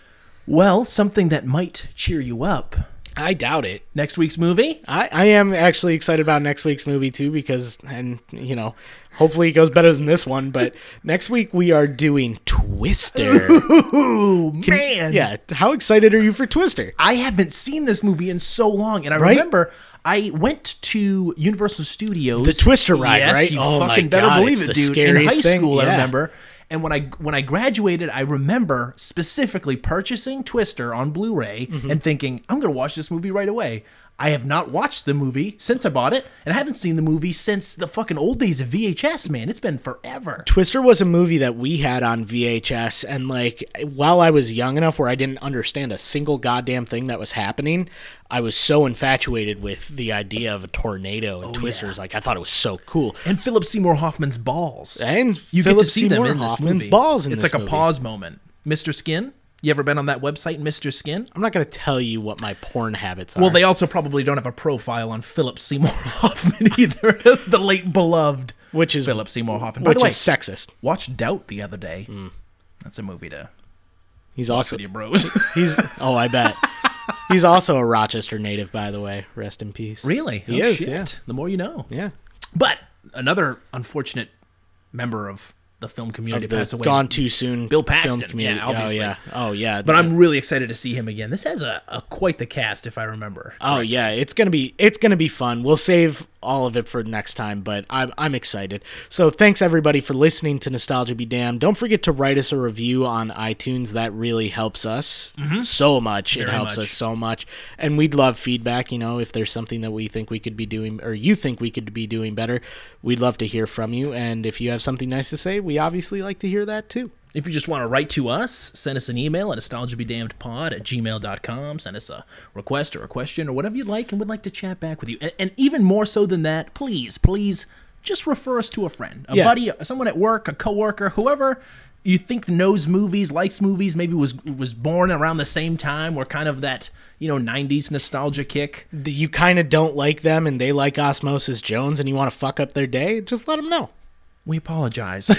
S4: well something that might cheer you up
S3: I doubt it.
S4: next week's movie
S3: I, I am actually excited about next week's movie too because and you know hopefully it goes better than this one but next week we are doing twister
S4: ooh man
S3: yeah how excited are you for twister
S4: I haven't seen this movie in so long, and I
S3: Right?
S4: remember I went to Universal Studios.
S3: The Twister ride,
S4: yes,
S3: right?
S4: You
S3: Oh my
S4: fucking better
S3: God,
S4: believe
S3: it's
S4: it,
S3: the
S4: dude. in high
S3: scariest thing,
S4: school, I
S3: yeah.
S4: remember. And when I when I graduated, I remember specifically purchasing Twister on Blu-ray
S3: Mm-hmm.
S4: and thinking, I'm gonna watch this movie right away. I have not watched the movie since I bought it, and I haven't seen the movie since the fucking old days of VHS, man. It's been forever.
S3: Twister was a movie that we had on VHS, and like while I was young enough where I didn't understand a single goddamn thing that was happening, I was so infatuated with the idea of a tornado and Twisters. Like I thought it was so cool.
S4: And Philip Seymour Hoffman's balls.
S3: And
S4: you
S3: Philip
S4: get to see
S3: Seymour
S4: them in this
S3: Hoffman's
S4: movie.
S3: balls in
S4: it's
S3: this
S4: like a
S3: movie.
S4: pause moment. Mr. Skin, you ever been on that website, Mr. Skin?
S3: I'm not gonna tell you what my porn habits are.
S4: Well, they also probably don't have a profile on Philip Seymour Hoffman either, the late beloved,
S3: Which is-
S4: Philip Seymour Hoffman. By
S3: which
S4: the way,
S3: is Mm. sexist.
S4: watched Doubt the other day. That's a movie to
S3: He's also
S4: to your bros.
S3: he's oh I bet he's also a Rochester native by the way. Rest in peace.
S4: really?
S3: He
S4: Oh,
S3: is,
S4: shit.
S3: yeah.
S4: The more you know.
S3: Yeah.
S4: But another unfortunate member of the film community
S3: Of the
S4: passed away.
S3: Gone too soon.
S4: Bill
S3: Film
S4: Paxton,
S3: community.
S4: yeah, obviously.
S3: Oh yeah. Oh yeah.
S4: But I'm really excited to see him again. This has a, a quite the cast, if I remember.
S3: Oh yeah, it's gonna be it's gonna be fun. We'll save all of it for next time, but I'm I'm excited. So thanks everybody for listening to Nostalgia Be Damned. Don't forget to write us a review on iTunes. That really helps us so much. it
S4: Mm-hmm. Very
S3: helps
S4: much.
S3: us so much, and we'd love feedback. You know, if there's something that we think we could be doing or you think we could be doing better, we'd love to hear from you. And if you have something nice to say, we obviously like to hear that too.
S4: If you just want to write to us, send us an email at nostalgiabedamnedpod at gmail.com. Send us a request or a question or whatever you'd like and would like to chat back with you. And, and even more so than that, please, please just refer us to a friend, a
S3: Yeah.
S4: buddy, someone at work, a coworker, whoever you think knows movies, likes movies, maybe was was born around the same time. We're kind of that, you know, 90s nostalgia kick.
S3: The- You kind of don't like them, and they like Osmosis Jones, and you want to fuck up their day. Just let them know.
S4: We apologize.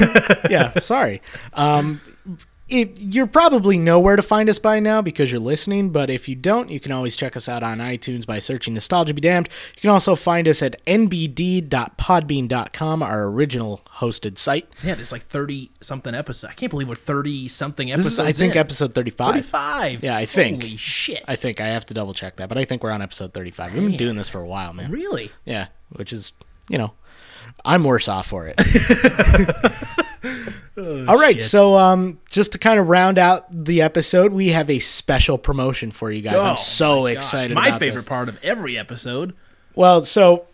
S3: yeah, sorry. Um, it, you probably know where to find us by now because you're listening, but if you don't, you can always check us out on iTunes by searching Nostalgia Be Damned. You can also find us at nbd.podbean.com, our original hosted site.
S4: yeah, there's like 30 something episodes. I can't believe we're 30 something
S3: This
S4: episodes.
S3: is, I think,
S4: in.
S3: episode 35.
S4: 35.
S3: Yeah, I think.
S4: Holy shit.
S3: I think. I have to double check that, but I think we're on episode 35. We've been doing this for a while, man.
S4: Really?
S3: Yeah, which is, you know, I'm worse off for it.
S4: Oh,
S3: All right, so um, just to kind of round out the episode, we have a special promotion for you guys.
S4: Oh,
S3: I'm so
S4: my gosh.
S3: excited.
S4: My
S3: about
S4: favorite
S3: this.
S4: part of every episode.
S3: Well, so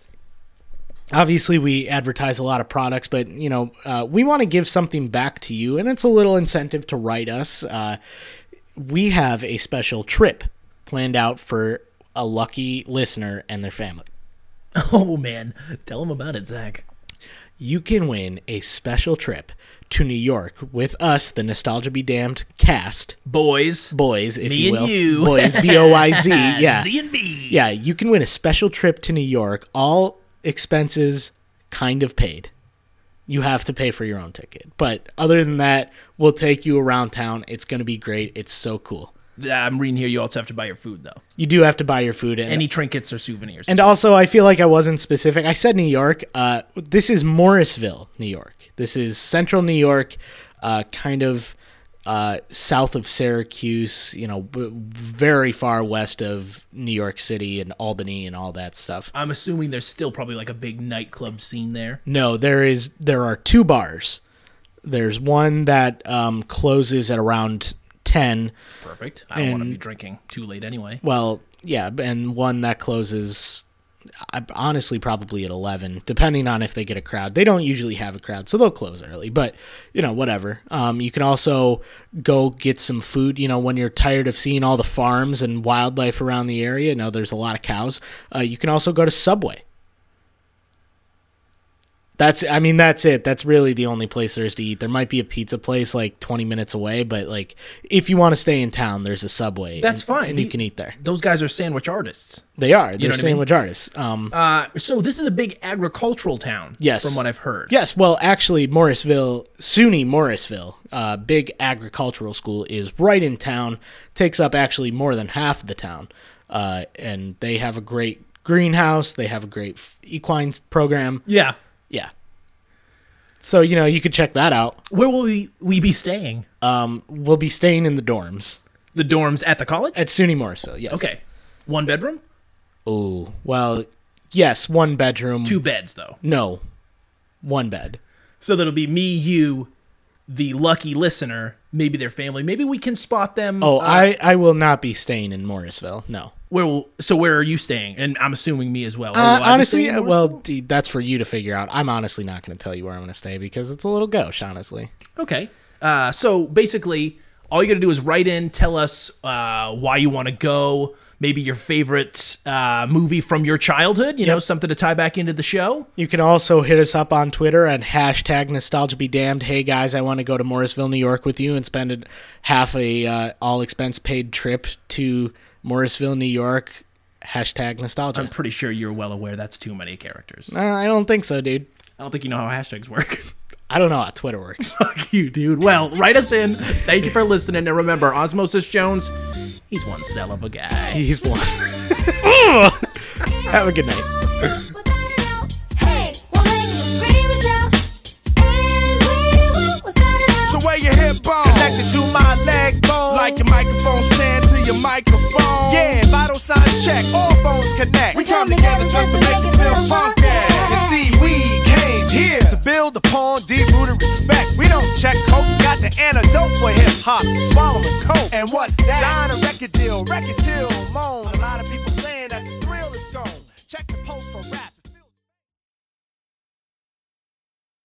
S3: obviously we advertise a lot of products but you know uh, we want to give something back to you and it's a little incentive to write us uh, we have a special trip planned out for a lucky listener and their family
S4: Oh man, tell him about it, Zach.
S3: you can win a special trip to new york with us the nostalgia be damned cast
S4: Boys,
S3: boys if
S4: Me
S3: you
S4: and
S3: will
S4: you.
S3: boys b-o-i-z yeah
S4: Z and B.
S3: yeah you can win a special trip to new york all expenses kind of paid you have to pay for your own ticket but other than that we'll take you around town it's going to be great it's so cool
S4: Yeah, I'm reading here. You also have to buy your food though.
S3: you do have to buy your food and
S4: Any trinkets or souvenirs.
S3: and also i feel like i wasn't specific i said new york uh, this is morrisville new york this is central new york uh, kind of uh, south of syracuse you know b- very far west of new york city and albany and all that stuff
S4: I'm assuming there's still probably like a big nightclub scene there.
S3: No, there is there are two bars. There's one that um, closes at around ten.
S4: Perfect. I don't want to
S3: And-
S4: be drinking too late anyway.
S3: Well, yeah, and one that closes I- honestly probably at 11 depending on if they get a crowd they don't usually have a crowd so they'll close early but you know whatever um, you can also go get some food you know when you're tired of seeing all the farms and wildlife around the area you know there's a lot of cows uh, you can also go to subway that's i mean that's it that's really the only place there is to eat there might be a pizza place like 20 minutes away but like if you want to stay in town there's a subway
S4: That's
S3: and-
S4: fine.
S3: and you
S4: The-
S3: can eat there
S4: Those guys are sandwich artists.
S3: they are they're
S4: know what I mean?
S3: sandwich artists um,
S4: Uh, so this is a big agricultural town.
S3: Yes.
S4: From what I've heard.
S3: Yes, well, actually, Morrisville, SUNY Morrisville, uh, big agricultural school, is right in town. Takes up actually more than half of the town, uh, and they have a great greenhouse. They have a great f- equine program.
S4: Yeah.
S3: Yeah. So you know you could check that out.
S4: Where will we, we be staying?
S3: Um, we'll be staying in the dorms
S4: The dorms at the college?
S3: at SUNY Morrisville. Yes.
S4: okay. One bedroom?
S3: Ooh. Well, yes, one bedroom.
S4: Two beds though.
S3: No, one bed.
S4: So that'll be me, you, the lucky listener, maybe their family. Maybe we can spot them.
S3: Oh,
S4: uh,
S3: I I will not be staying in Morrisville. No.
S4: Where will, so where are you staying? And I'm assuming me as well. Or
S3: Uh,
S4: will I be
S3: honestly,
S4: staying
S3: uh,
S4: in
S3: well,
S4: Morrisville?
S3: d- that's for you to figure out. I'm honestly not going to tell you where I'm going to stay because it's a little gauche, honestly.
S4: Okay. Uh, so basically, all you got to do is write in, tell us uh, why you want to go, maybe your favorite uh, movie from your childhood, you know, something to tie back into the show.
S3: You can also hit us up on Twitter at hashtag nostalgia be damned. Hey guys, I want to go to Morrisville, New York with you and spend a, half a uh, all expense paid trip to Morrisville, New York. Hashtag nostalgia.
S4: I'm pretty sure you're well aware that's too many characters.
S3: Uh, I don't think so, dude.
S4: I don't think you know how hashtags work.
S3: I don't know how Twitter works.
S4: Fuck you, dude. Well, write us in. Thank you for listening. And remember, Osmosis Jones, he's one cell of a guy.
S3: He's one. Have a good night.
S2: So where your hip bone?
S6: Connected to my leg bone.
S2: Like your microphone stand to your microphone.
S6: yeah, vital signs check, all phones connect.
S2: We come together just to make you feel funky.
S6: You see, we came here to build upon deep rooted respect. We don't check coke, got the antidote for hip hop. Swallowing coke. And what's that? Sign a record deal, record deal, moan. A lot of people